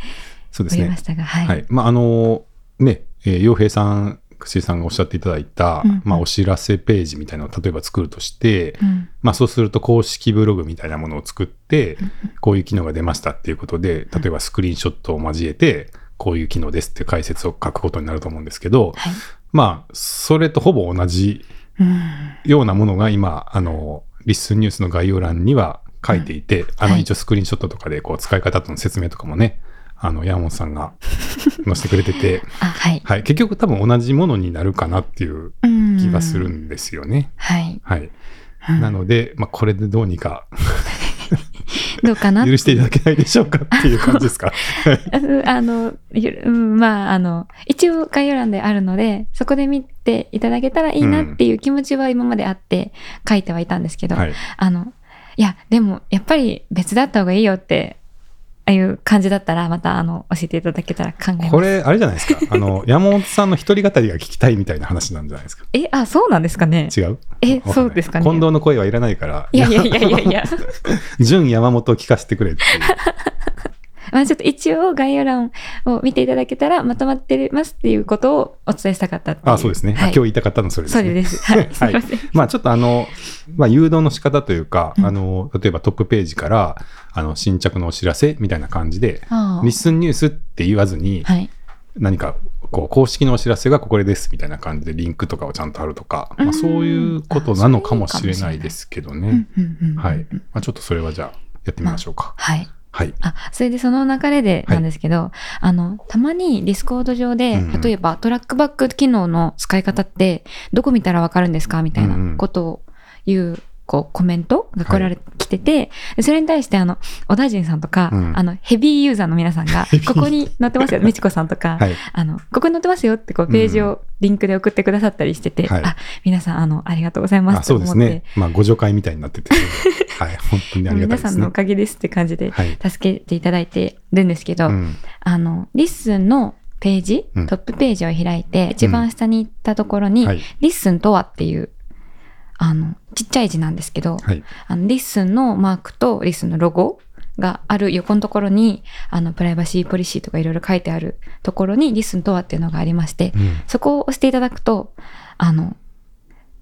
Speaker 1: そうで
Speaker 2: お
Speaker 1: す
Speaker 2: り
Speaker 1: ね
Speaker 2: ま。したが、はい。
Speaker 1: はい。まあ、あのね、えー、洋平さん、くしさんがおっしゃっていただいた、
Speaker 2: うん
Speaker 1: まあ、お知らせページみたいなのを例えば作るとして、
Speaker 2: うん
Speaker 1: まあ、そうすると公式ブログみたいなものを作って、こういう機能が出ましたっていうことで、例えばスクリーンショットを交えて、こういう機能ですっていう解説を書くことになると思うんですけど、
Speaker 2: はい。
Speaker 1: まあ、それとほぼ同じ
Speaker 2: うん
Speaker 1: ようなものが今、あの、リスンニュースの概要欄には書いていて、あの、
Speaker 2: はい
Speaker 1: 一応スクリーンショットとかで、こう、使い方との説明とかもね、あの、山本さんが載せてくれてて、
Speaker 2: あ、はい。
Speaker 1: はい、結局多分同じものになるかなっていう
Speaker 2: うん
Speaker 1: 気がする。んですよね。
Speaker 2: はい。
Speaker 1: はい。
Speaker 2: うん
Speaker 1: なので、まあ、これでどうにか
Speaker 2: どうかな
Speaker 1: 許していただけないでしょうかっていう感じ
Speaker 2: <laughs>
Speaker 1: ですか。
Speaker 2: うんあの、ゆるうんまあ、あの、一応概要欄であるので、そこで見ていただけたらいいなっていう気持ちは今まであって書いてはいたんですけど、
Speaker 1: はい。
Speaker 2: あの、いや、でも、やっぱり別だった方がいいよって、ああいう感じだったら、また、あの、教えていただけたら考えます。
Speaker 1: これ、あれじゃないですか。あの、山本さんの一人語りが聞きたいみたいな話なんじゃないですか。
Speaker 2: え、あ、そうなんですかね
Speaker 1: 違うわ
Speaker 2: え
Speaker 1: かんない
Speaker 2: そうですかね
Speaker 1: 近藤の声はいらないから、
Speaker 2: いやいやいやいやいや。
Speaker 1: 純山本を聞かせてくれってい
Speaker 2: <laughs>
Speaker 1: う。
Speaker 2: まあちょっと一応概要欄を見ていただけたらまとまってますっていうことをお伝えしたかったっていう
Speaker 1: あ、そうですね。あ
Speaker 2: は
Speaker 1: 今
Speaker 2: い、
Speaker 1: 日言いたかったのはそれです
Speaker 2: そ
Speaker 1: ね。
Speaker 2: うです。はい。す
Speaker 1: はいい
Speaker 2: ません。
Speaker 1: まあちょっとあの、まあ、誘導の仕方というか、
Speaker 2: うん
Speaker 1: あの、例えばトップページから、あの、新着のお知らせみたいな感じで、
Speaker 2: あ
Speaker 1: リスンニュースって言わずに、
Speaker 2: あはい。
Speaker 1: 何か、こう、公式のお知らせがここですみたいな感じでリンクとかをちゃんと貼るとか、
Speaker 2: う
Speaker 1: ま
Speaker 2: ん
Speaker 1: あ、そういうことなのかもしれないですけど
Speaker 2: う
Speaker 1: ね
Speaker 2: ん。うんうんうん
Speaker 1: はい。まあ、ちょっとそれはじゃあ、やってみましょうか。
Speaker 2: はい。
Speaker 1: はい。
Speaker 2: あ、それでその流れでなんですけど、あの、たまにディスコード上で
Speaker 1: うんうん、
Speaker 2: 例えばトラックバック機能の使い方って、どこ見たらわかるんですかみたいなことを言う、こう、コメントが来られ、来てて、でそれに対して、あの、小田人さんとか、
Speaker 1: うん
Speaker 2: あの、ヘビーユーザーの皆さんが、ここに載ってますよ、美智子さんとか、
Speaker 1: はい。
Speaker 2: あの、ここに載ってますよって、こう、ページをリンクで送ってくださったりしてて、
Speaker 1: はい
Speaker 2: あ、皆さん、あの、ありがとうございま
Speaker 1: あ、
Speaker 2: す
Speaker 1: そ
Speaker 2: と
Speaker 1: う
Speaker 2: 思
Speaker 1: で
Speaker 2: っ
Speaker 1: す
Speaker 2: て、
Speaker 1: ね。まあ、ご助会みたいになってて、はい。 <laughs> 本当にありがた
Speaker 2: 皆
Speaker 1: いで
Speaker 2: さ
Speaker 1: す
Speaker 2: んの
Speaker 1: ね
Speaker 2: お。かげですって感じで、
Speaker 1: はい。
Speaker 2: 助けていただいてるんですけど、
Speaker 1: うん。
Speaker 2: あの、リッスンのページ、
Speaker 1: うん
Speaker 2: トップページを開いて、一番下に行ったところに、
Speaker 1: はい。
Speaker 2: リッスンとはっていう、あの、ちっちゃい字なんですけど、
Speaker 1: はい。
Speaker 2: あのリッスンのマークとリッスンのロゴがある横のところに、あの、プライバシーポリシーとかいろいろ書いてあるところに、リッスンとはっていうのがありまして、
Speaker 1: うん。
Speaker 2: そこを押していただくと、あの、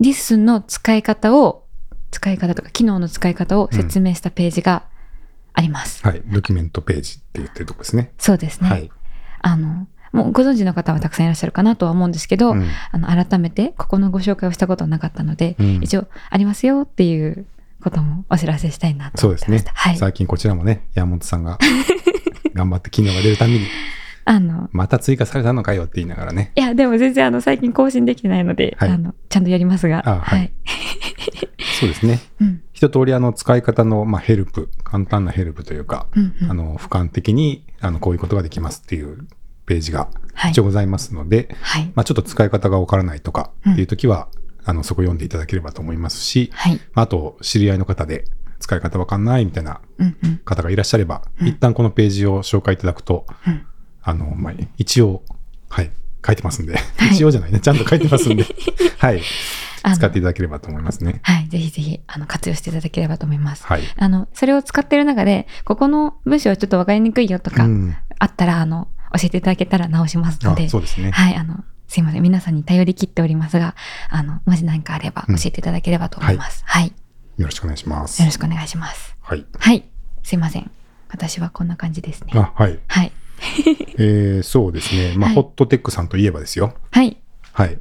Speaker 2: リッスンの使い方を、使い方とか機能の使い方を説明したページがあります。
Speaker 1: はい。ドキュメントページって言ってるとこですね。
Speaker 2: そうですね。
Speaker 1: はい。
Speaker 2: あの、もうご存知の方はたくさんいらっしゃるかなとは思うんですけど、
Speaker 1: うん
Speaker 2: あの、改めてここのご紹介をしたことはなかったので、
Speaker 1: うん
Speaker 2: 一応ありますよっていうこともお知らせしたいなと
Speaker 1: そう
Speaker 2: 思
Speaker 1: で
Speaker 2: って
Speaker 1: す
Speaker 2: ま
Speaker 1: ね
Speaker 2: した。。はい。 <laughs>
Speaker 1: 最近こちらもね、山本さんが頑張って機能が出るために、
Speaker 2: あの、
Speaker 1: また追加されたのかよって言いながらね。
Speaker 2: いや、でも全然あの、最近更新できてないので、
Speaker 1: はい
Speaker 2: あの、ちゃんとやりますが。
Speaker 1: あはい
Speaker 2: はい。
Speaker 1: そうですね。
Speaker 2: うん。
Speaker 1: 一通りあの使い方の、まあ、ヘルプ、簡単なヘルプというか、
Speaker 2: うん、うん。
Speaker 1: あの俯瞰的にあのこういうことができますっていうページが
Speaker 2: はい
Speaker 1: 一応ございますので、
Speaker 2: はい。
Speaker 1: まあ、ちょっと使い方がわからないとかっていう時は、あのそこ読んでいただければと思いますし、
Speaker 2: はい。
Speaker 1: まああと知り合いの方で使い方わかんないみたいな
Speaker 2: うん、うん。
Speaker 1: 方がいらっしゃれば、一旦このページを紹介いただくと、
Speaker 2: うん
Speaker 1: あの、まあ、一応、はい、書いてますんで、
Speaker 2: い
Speaker 1: <laughs> 一応じゃないね、ちゃんと書いてますん
Speaker 2: <laughs>
Speaker 1: で、はい、
Speaker 2: あの
Speaker 1: 使っていただければと思いますね。
Speaker 2: はい。ぜひぜひ、あの、活用していただければと思います。
Speaker 1: はい。
Speaker 2: あの、それを使ってる中で、ここの文章はちょっとわかりにくいよとか、
Speaker 1: うん
Speaker 2: あったら、あの、教えていただけたら直しますの
Speaker 1: あ
Speaker 2: で、
Speaker 1: そうですね。
Speaker 2: はい、あの、すいません。皆さんに頼り切っておりますが、あの、もし何かあれば教えていただければと思います。はい。
Speaker 1: よろしくお願いします
Speaker 2: よ。ろしくお願いします。
Speaker 1: はい。
Speaker 2: はい。すいません。私はこんな感じですね。
Speaker 1: あ、はい。
Speaker 2: はい。
Speaker 1: えー、そうですね。まあ、
Speaker 2: はい
Speaker 1: ホットテックさんといえばですよ。
Speaker 2: はい。
Speaker 1: はい。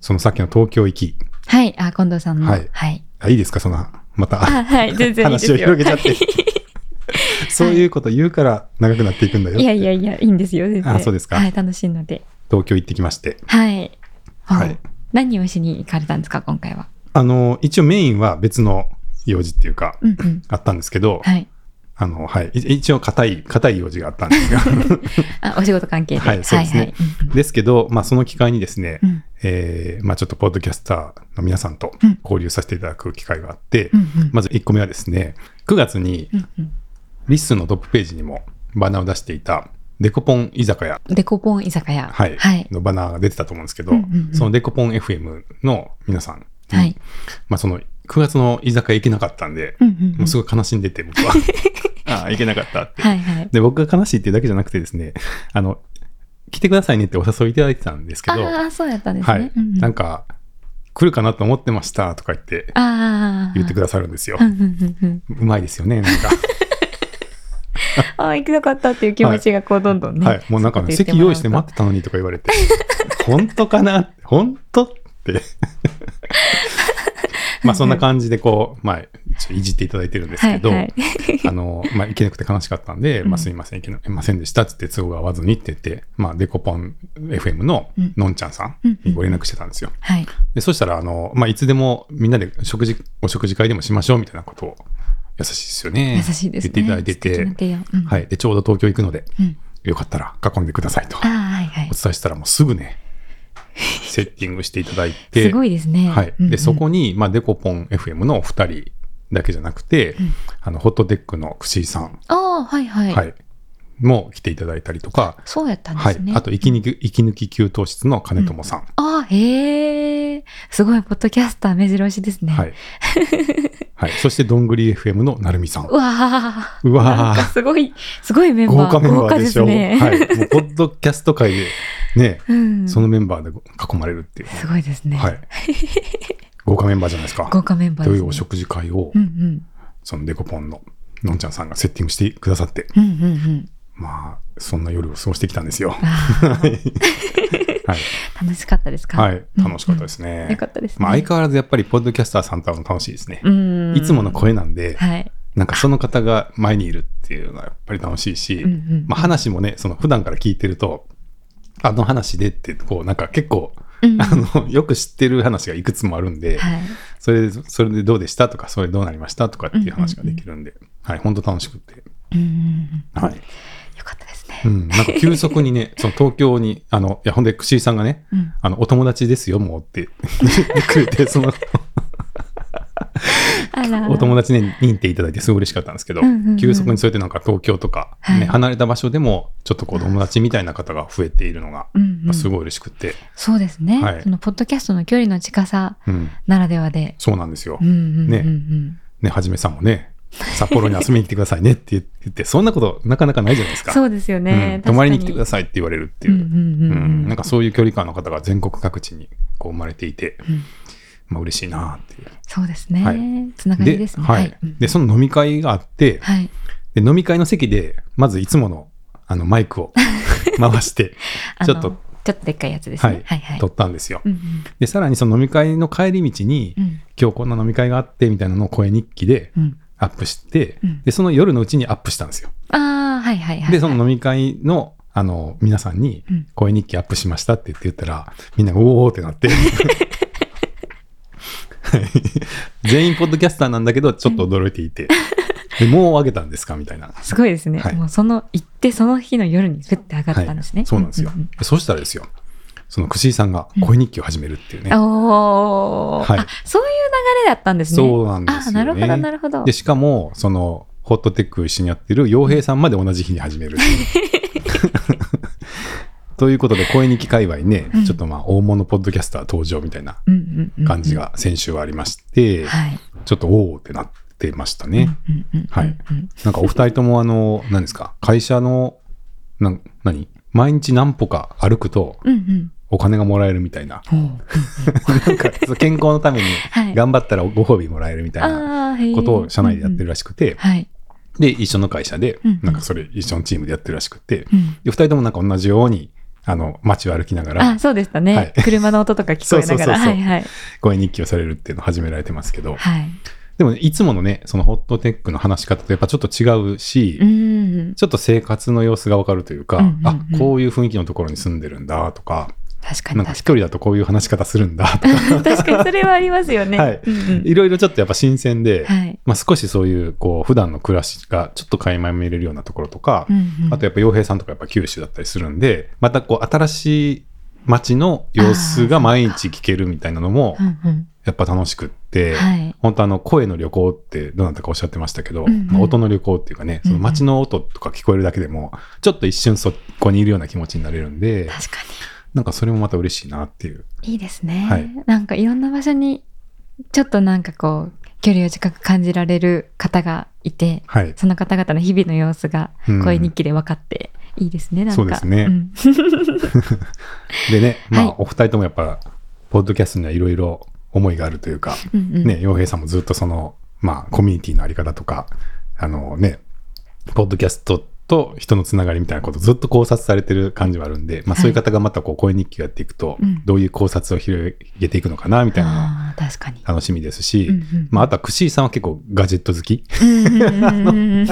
Speaker 1: そのさっきの東京行き。
Speaker 2: はい。あ、近藤さんの。
Speaker 1: は
Speaker 2: はいい。
Speaker 1: あ、いいですかその、また、
Speaker 2: あ、はい。全然いいで
Speaker 1: 話
Speaker 2: すよ。
Speaker 1: を広げちゃって。 <laughs> そういうこと言うから長くなっていくんだよって。
Speaker 2: <laughs> いやいやいや、いいんですよ。全然。
Speaker 1: あそうですか
Speaker 2: はい。楽しいので。
Speaker 1: 東京行ってきまして。
Speaker 2: はい。
Speaker 1: はい
Speaker 2: お何をしに行かれたんですか、今回は。
Speaker 1: あの、一応メインは別の用事っていうか、
Speaker 2: うんうん。
Speaker 1: あったんですけど、
Speaker 2: はい。
Speaker 1: あの、はい。い一応、硬い、硬い用事があったんですが。
Speaker 2: <laughs> あ、お仕事関係で。
Speaker 1: はい、そうですね。
Speaker 2: はいはい
Speaker 1: ですけど、まあ、その機会にですね、
Speaker 2: うんうん
Speaker 1: えーまあ、ちょっとポッドキャスターの皆さんと
Speaker 2: うん
Speaker 1: 交流させていただく機会があって、
Speaker 2: うんうん
Speaker 1: まず1個目はですね、9月に
Speaker 2: うんうん
Speaker 1: リスのトップページにもバナーを出していたデコポン居酒屋、
Speaker 2: デコポン居酒屋。
Speaker 1: はい
Speaker 2: はい。
Speaker 1: のバナーが出てたと思うんですけど、
Speaker 2: うんうんうん
Speaker 1: そのデコポン FM の皆さん、
Speaker 2: はい。
Speaker 1: まあ、その9月の居酒屋行けなかったんで、
Speaker 2: うんうんうん
Speaker 1: もうすごい悲しんでて、僕
Speaker 2: <laughs>
Speaker 1: は。ああ、行けなかったって。
Speaker 2: はいはい。
Speaker 1: で、僕が悲しいっていうだけじゃなくてですね、あの、来てくださいねってお誘いいただいてたんですけど、
Speaker 2: ああ、そうやったんですね。
Speaker 1: はい、
Speaker 2: うんうん
Speaker 1: なんか、来るかなと思ってましたとか言って、
Speaker 2: ああ。
Speaker 1: 言ってく
Speaker 2: だ
Speaker 1: ださるんですよ。
Speaker 2: うんうんうんうん。
Speaker 1: うまいですよね、なんか。
Speaker 2: ああ、行きたかったっていう気持ちがこう、どんど <laughs> んね。
Speaker 1: はい。もうなんか、
Speaker 2: そういうこと言って
Speaker 1: 席
Speaker 2: もらうと
Speaker 1: 用意して待ってたのにとか言わ
Speaker 2: <laughs>
Speaker 1: れて、本当かな本当って。 <laughs> まあ、そんな感じで、こう、まあ、ちょいじっていただいてるんですけど、
Speaker 2: はいはい
Speaker 1: <laughs> あの、まあ、行けなくて悲しかったんで、まあ、すいません、行けませんでしたっつって都合が合わずにって言って、まあ、デコポン FM の
Speaker 2: うん
Speaker 1: のんちゃんさんにご連絡してたんですよ。
Speaker 2: はい。
Speaker 1: で、そしたら、あの、まあ、いつでもみんなで食事、お食事会でもしましょうみたいなことを、優しいですよね。
Speaker 2: 優しいです
Speaker 1: 言
Speaker 2: ね。
Speaker 1: っていただいて
Speaker 2: 素敵な
Speaker 1: て、
Speaker 2: 提案うん
Speaker 1: はい。で、ちょうど東京行くので、
Speaker 2: うん
Speaker 1: よかったら囲んでくださいと。
Speaker 2: ああ、はいはい
Speaker 1: お。伝えしたらもうすぐ
Speaker 2: <laughs>
Speaker 1: ね、セッティングしていただいて、
Speaker 2: すごいですね。
Speaker 1: はい。
Speaker 2: うんう
Speaker 1: で、
Speaker 2: ん
Speaker 1: そこに、まあ、デコポン FM のお二人だけじゃなくて、あの、ホットテックのクシーさん、
Speaker 2: ああ、はいはい。
Speaker 1: はい、も来ていただいたりとか、
Speaker 2: そうやったんで
Speaker 1: はい
Speaker 2: すね。。
Speaker 1: あと、息抜き、息抜き給湯室の金友さん。
Speaker 2: ああ、へえ。すごい、ポッドキャスター目白押しですね。
Speaker 1: はい。はい。 <laughs> そして、どんぐり FM のなるみさん
Speaker 2: う。わあ。
Speaker 1: う
Speaker 2: なん
Speaker 1: わ
Speaker 2: か
Speaker 1: ー
Speaker 2: すごい、すごいメン
Speaker 1: 豪
Speaker 2: バー。
Speaker 1: 華メンバーでしょ。
Speaker 2: 豪華ですね。
Speaker 1: はい。もう、ポッドキャスト界で、ね、
Speaker 2: うん。
Speaker 1: そのメンバーで囲まれるっていう。
Speaker 2: すごいですね。
Speaker 1: はい。豪華メンバーじゃないですか。
Speaker 2: <laughs> 豪華メンバー
Speaker 1: と
Speaker 2: で
Speaker 1: い
Speaker 2: す
Speaker 1: うお
Speaker 2: ね。
Speaker 1: 食事会を、
Speaker 2: うんうん。
Speaker 1: そのデコポンののんちゃんさんがセッティングしてくださって、
Speaker 2: うんうんうん。
Speaker 1: まあ、そんな夜を過ごしてきたんですよ。
Speaker 2: ああ、
Speaker 1: はい。
Speaker 2: 楽しかったですか
Speaker 1: はい。楽しかったですね。
Speaker 2: よかったですね。
Speaker 1: まあ、相変わらずやっぱり、ポッドキャスターさんと会うの楽しいですね。
Speaker 2: うん
Speaker 1: いつもの声なんで、
Speaker 2: はい。
Speaker 1: なんかその方が前にいるっていうのはやっぱり楽しいし、
Speaker 2: うんうん
Speaker 1: まあ、話もね、その普段から聞いてると、あの話でって、こう、なんか結構、
Speaker 2: うん
Speaker 1: あの、よく知ってる話がいくつもあるんで、
Speaker 2: はい。
Speaker 1: それで、それでどうでしたとか、それどうなりましたとかっていう話ができるんで、はい、本当楽しくて。
Speaker 2: うんうんうん。
Speaker 1: はい。
Speaker 2: よかったですね
Speaker 1: う。ん、なんか急速にね、 <laughs> その東京に、あの、いや、ほんで、くしーさんがね、
Speaker 2: うん
Speaker 1: あの、お友達ですよ、もうって <laughs> 言ってくれて、
Speaker 2: <laughs>
Speaker 1: その、
Speaker 2: あら。
Speaker 1: お友達に認定いただいて、すごい嬉しかったんですけど、
Speaker 2: うんうんうん
Speaker 1: 急速にそうやってなんか東京とか、ね
Speaker 2: はい
Speaker 1: 離れた場所でも、ちょっとこう、友達みたいな方が増えているのが、
Speaker 2: うんうん
Speaker 1: まあすごい嬉しくて、
Speaker 2: そうですね、
Speaker 1: はい
Speaker 2: そのポッドキャストの距離の近さ
Speaker 1: うん、
Speaker 2: ならではで。
Speaker 1: そうなんですよ
Speaker 2: うん。うんうん
Speaker 1: ね
Speaker 2: うん
Speaker 1: ね、はじめさんもね、札幌に遊びに来てくださいねって <laughs> 言って、そんなことなかなかないじゃないですか。
Speaker 2: そうですよね、
Speaker 1: うん泊まりに来てくだ
Speaker 2: さ
Speaker 1: さいって言われるっていう。
Speaker 2: うんうんうんうん
Speaker 1: なんかそういう距離感の方が全国各地にこう生まれていて、
Speaker 2: うん
Speaker 1: まあ嬉しいなっていう。
Speaker 2: そうですね、
Speaker 1: はい
Speaker 2: つながりですね
Speaker 1: はい
Speaker 2: うん
Speaker 1: で、その飲み会があって、
Speaker 2: はい
Speaker 1: で飲み会の席で、まずいつものあのマイ
Speaker 2: <laughs>
Speaker 1: クを回して、
Speaker 2: あ
Speaker 1: ち
Speaker 2: の
Speaker 1: ょっと、
Speaker 2: ちょっとでっかいやつです
Speaker 1: は
Speaker 2: ね、
Speaker 1: い、
Speaker 2: はいはい
Speaker 1: 撮ったんですよ
Speaker 2: う。んうん
Speaker 1: で、さらにその飲み会の帰り道に、
Speaker 2: うん
Speaker 1: 今日こんな飲み会があってみたいなのを声日記で
Speaker 2: うん
Speaker 1: アップして、
Speaker 2: うん
Speaker 1: で、その夜のうちにアップしたんですよ。
Speaker 2: ああはいはいはい
Speaker 1: で、その飲み会のあの、皆さんに
Speaker 2: うん、
Speaker 1: 声日記アップしましたって言って言ったら、みんながおーってな
Speaker 2: <laughs>
Speaker 1: って。はい全員ポッドキャスターなんだけど、ちょっと驚いていて。でもう上げたんですかみたいな。
Speaker 2: すごいですね。
Speaker 1: はい
Speaker 2: もうその、行ってその日の夜にふって上がったんですね。
Speaker 1: はいそうなんですよ。そうしたらですよ、その串井さんが恋日記を始めるっていうね。
Speaker 2: おお、
Speaker 1: はい
Speaker 2: あそういう流れだったんですね。
Speaker 1: そうなんですよね
Speaker 2: あ、なるほど、なるほど
Speaker 1: で、。しかも、その、ホットテックを一緒にやってる洋平さんまで同じ日に始めるって
Speaker 2: <laughs>
Speaker 1: いう。ということで、声日記界隈ね
Speaker 2: うん、
Speaker 1: ちょっとまあ、大物ポッドキャスター登場みたいな
Speaker 2: うんうんうん
Speaker 1: 感じ。が先週はありまして、
Speaker 2: はい。
Speaker 1: ちょっとおおってなってましたね。
Speaker 2: うんうんうんうん
Speaker 1: はい。なんかお二人とも、あの、何ですか、会社の、なん何毎日何歩か歩くと
Speaker 2: うん
Speaker 1: お金がもらえるみたいな。
Speaker 2: うん。おー
Speaker 1: なんかそう健康のために
Speaker 2: はい。
Speaker 1: 頑張ったらご褒美もらえるみたいな
Speaker 2: あーへー
Speaker 1: ことを社内でやってるらしくて、
Speaker 2: うんうんはい。
Speaker 1: で、一緒の会社で
Speaker 2: うんうん、
Speaker 1: なんかそれ一緒のチームでやってるらしくて、で、
Speaker 2: うん
Speaker 1: 二人ともなんか同じように、あの、街を歩きなが
Speaker 2: あ、
Speaker 1: ら、
Speaker 2: そうでしたね。
Speaker 1: はい
Speaker 2: 車の音とか聞こえな
Speaker 1: そ
Speaker 2: がら。
Speaker 1: うそうそうそう
Speaker 2: はいはい。
Speaker 1: 声日記をされるっていうのを始められてますけど、
Speaker 2: はい。
Speaker 1: でもね、いつものね、そのホットテックの話し方とやっぱちょっと違うし
Speaker 2: う、ん。
Speaker 1: ちょっと生活の様子がわかるというか、
Speaker 2: うんうんうん
Speaker 1: あ、こういう雰囲気のところに住んでるんだとか、
Speaker 2: 確か
Speaker 1: なん
Speaker 2: に
Speaker 1: か一
Speaker 2: 確
Speaker 1: 人だとこういう話し方するんだとか、
Speaker 2: かに。確かにそれはありますよね。
Speaker 1: はい
Speaker 2: うんうん
Speaker 1: いろいろちょっとやっぱ新鮮で、
Speaker 2: はい。
Speaker 1: まあ、少しそういうこう普段の暮らしがちょっと垣間見れるようなところとか、
Speaker 2: うんうん
Speaker 1: あとやっぱ洋平さんとかやっぱ九州だったりするんでまたこう新しい街の様子が毎日聞けるみたいなのも
Speaker 2: うんうん
Speaker 1: やっぱ楽しくって、
Speaker 2: はい。
Speaker 1: 本当あの声の旅行ってどなたかおっしゃってましたけど、
Speaker 2: うんうん
Speaker 1: まあ音の旅行っていうかねその街の音とか聞こえるだけでもちょっと一瞬そこにいるような気持ちになれるんで
Speaker 2: 確かに。
Speaker 1: なんかそれもまた嬉しいなっていう
Speaker 2: いいですね、
Speaker 1: はい
Speaker 2: なんかいろんな場所にちょっとなんかこう距離を近く感じられる方がいて
Speaker 1: はい
Speaker 2: その方々の日々の様子が
Speaker 1: うん
Speaker 2: 声日記で分かって、いいですねなんか
Speaker 1: そうですね
Speaker 2: ん
Speaker 1: でねま
Speaker 2: はい
Speaker 1: あお二人ともやっぱポッドキャストにはいろいろ思いがあるというか
Speaker 2: うんうん
Speaker 1: ね、洋平さんもずっとその、まあ、コミュニティのあり方とか、あのね、ポッドキャストと人のつながりみたいなことずっと考察されてる感じはあるんで、まあ、
Speaker 2: はい
Speaker 1: そういう方がまたこう声日記をやっていくと、
Speaker 2: うん
Speaker 1: どういう考察を広げていくのかなみたいなの
Speaker 2: あー確かに
Speaker 1: が楽しみですし、
Speaker 2: うんうん
Speaker 1: まあ、あとはクシーさんは結構ガジェット好き <laughs>
Speaker 2: うんうんうんうん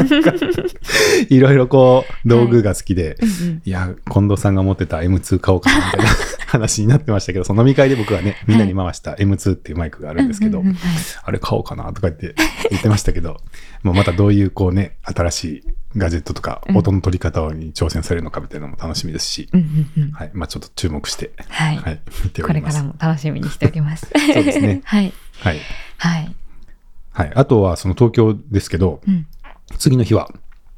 Speaker 1: いろいろこう道具が好きで、
Speaker 2: う
Speaker 1: い、 <laughs>
Speaker 2: ん
Speaker 1: や近藤さんが持ってた M2 買おうかなみたいな話になってましたけどその飲み会で僕はねみんなに回した M2 っていうマイクがあるんですけど、
Speaker 2: うんうんうんはい
Speaker 1: あれ買おうかなとか言って <laughs> 言ってましたけど、まあまたどういうこうね、新しいガジェットとか
Speaker 2: うん
Speaker 1: 音の取り方に挑戦されるのかみたいなのも楽しみですし、
Speaker 2: うんうんうん
Speaker 1: はい、まあちょっと注目して、
Speaker 2: はい
Speaker 1: はい、 <laughs> 見てお
Speaker 2: こ
Speaker 1: り
Speaker 2: れ
Speaker 1: ま
Speaker 2: か
Speaker 1: す
Speaker 2: ら。も楽しみにしております
Speaker 1: うですね
Speaker 2: はい
Speaker 1: はい、
Speaker 2: はい、
Speaker 1: はい。あとはその東京ですけど、
Speaker 2: うん、
Speaker 1: 次の日は、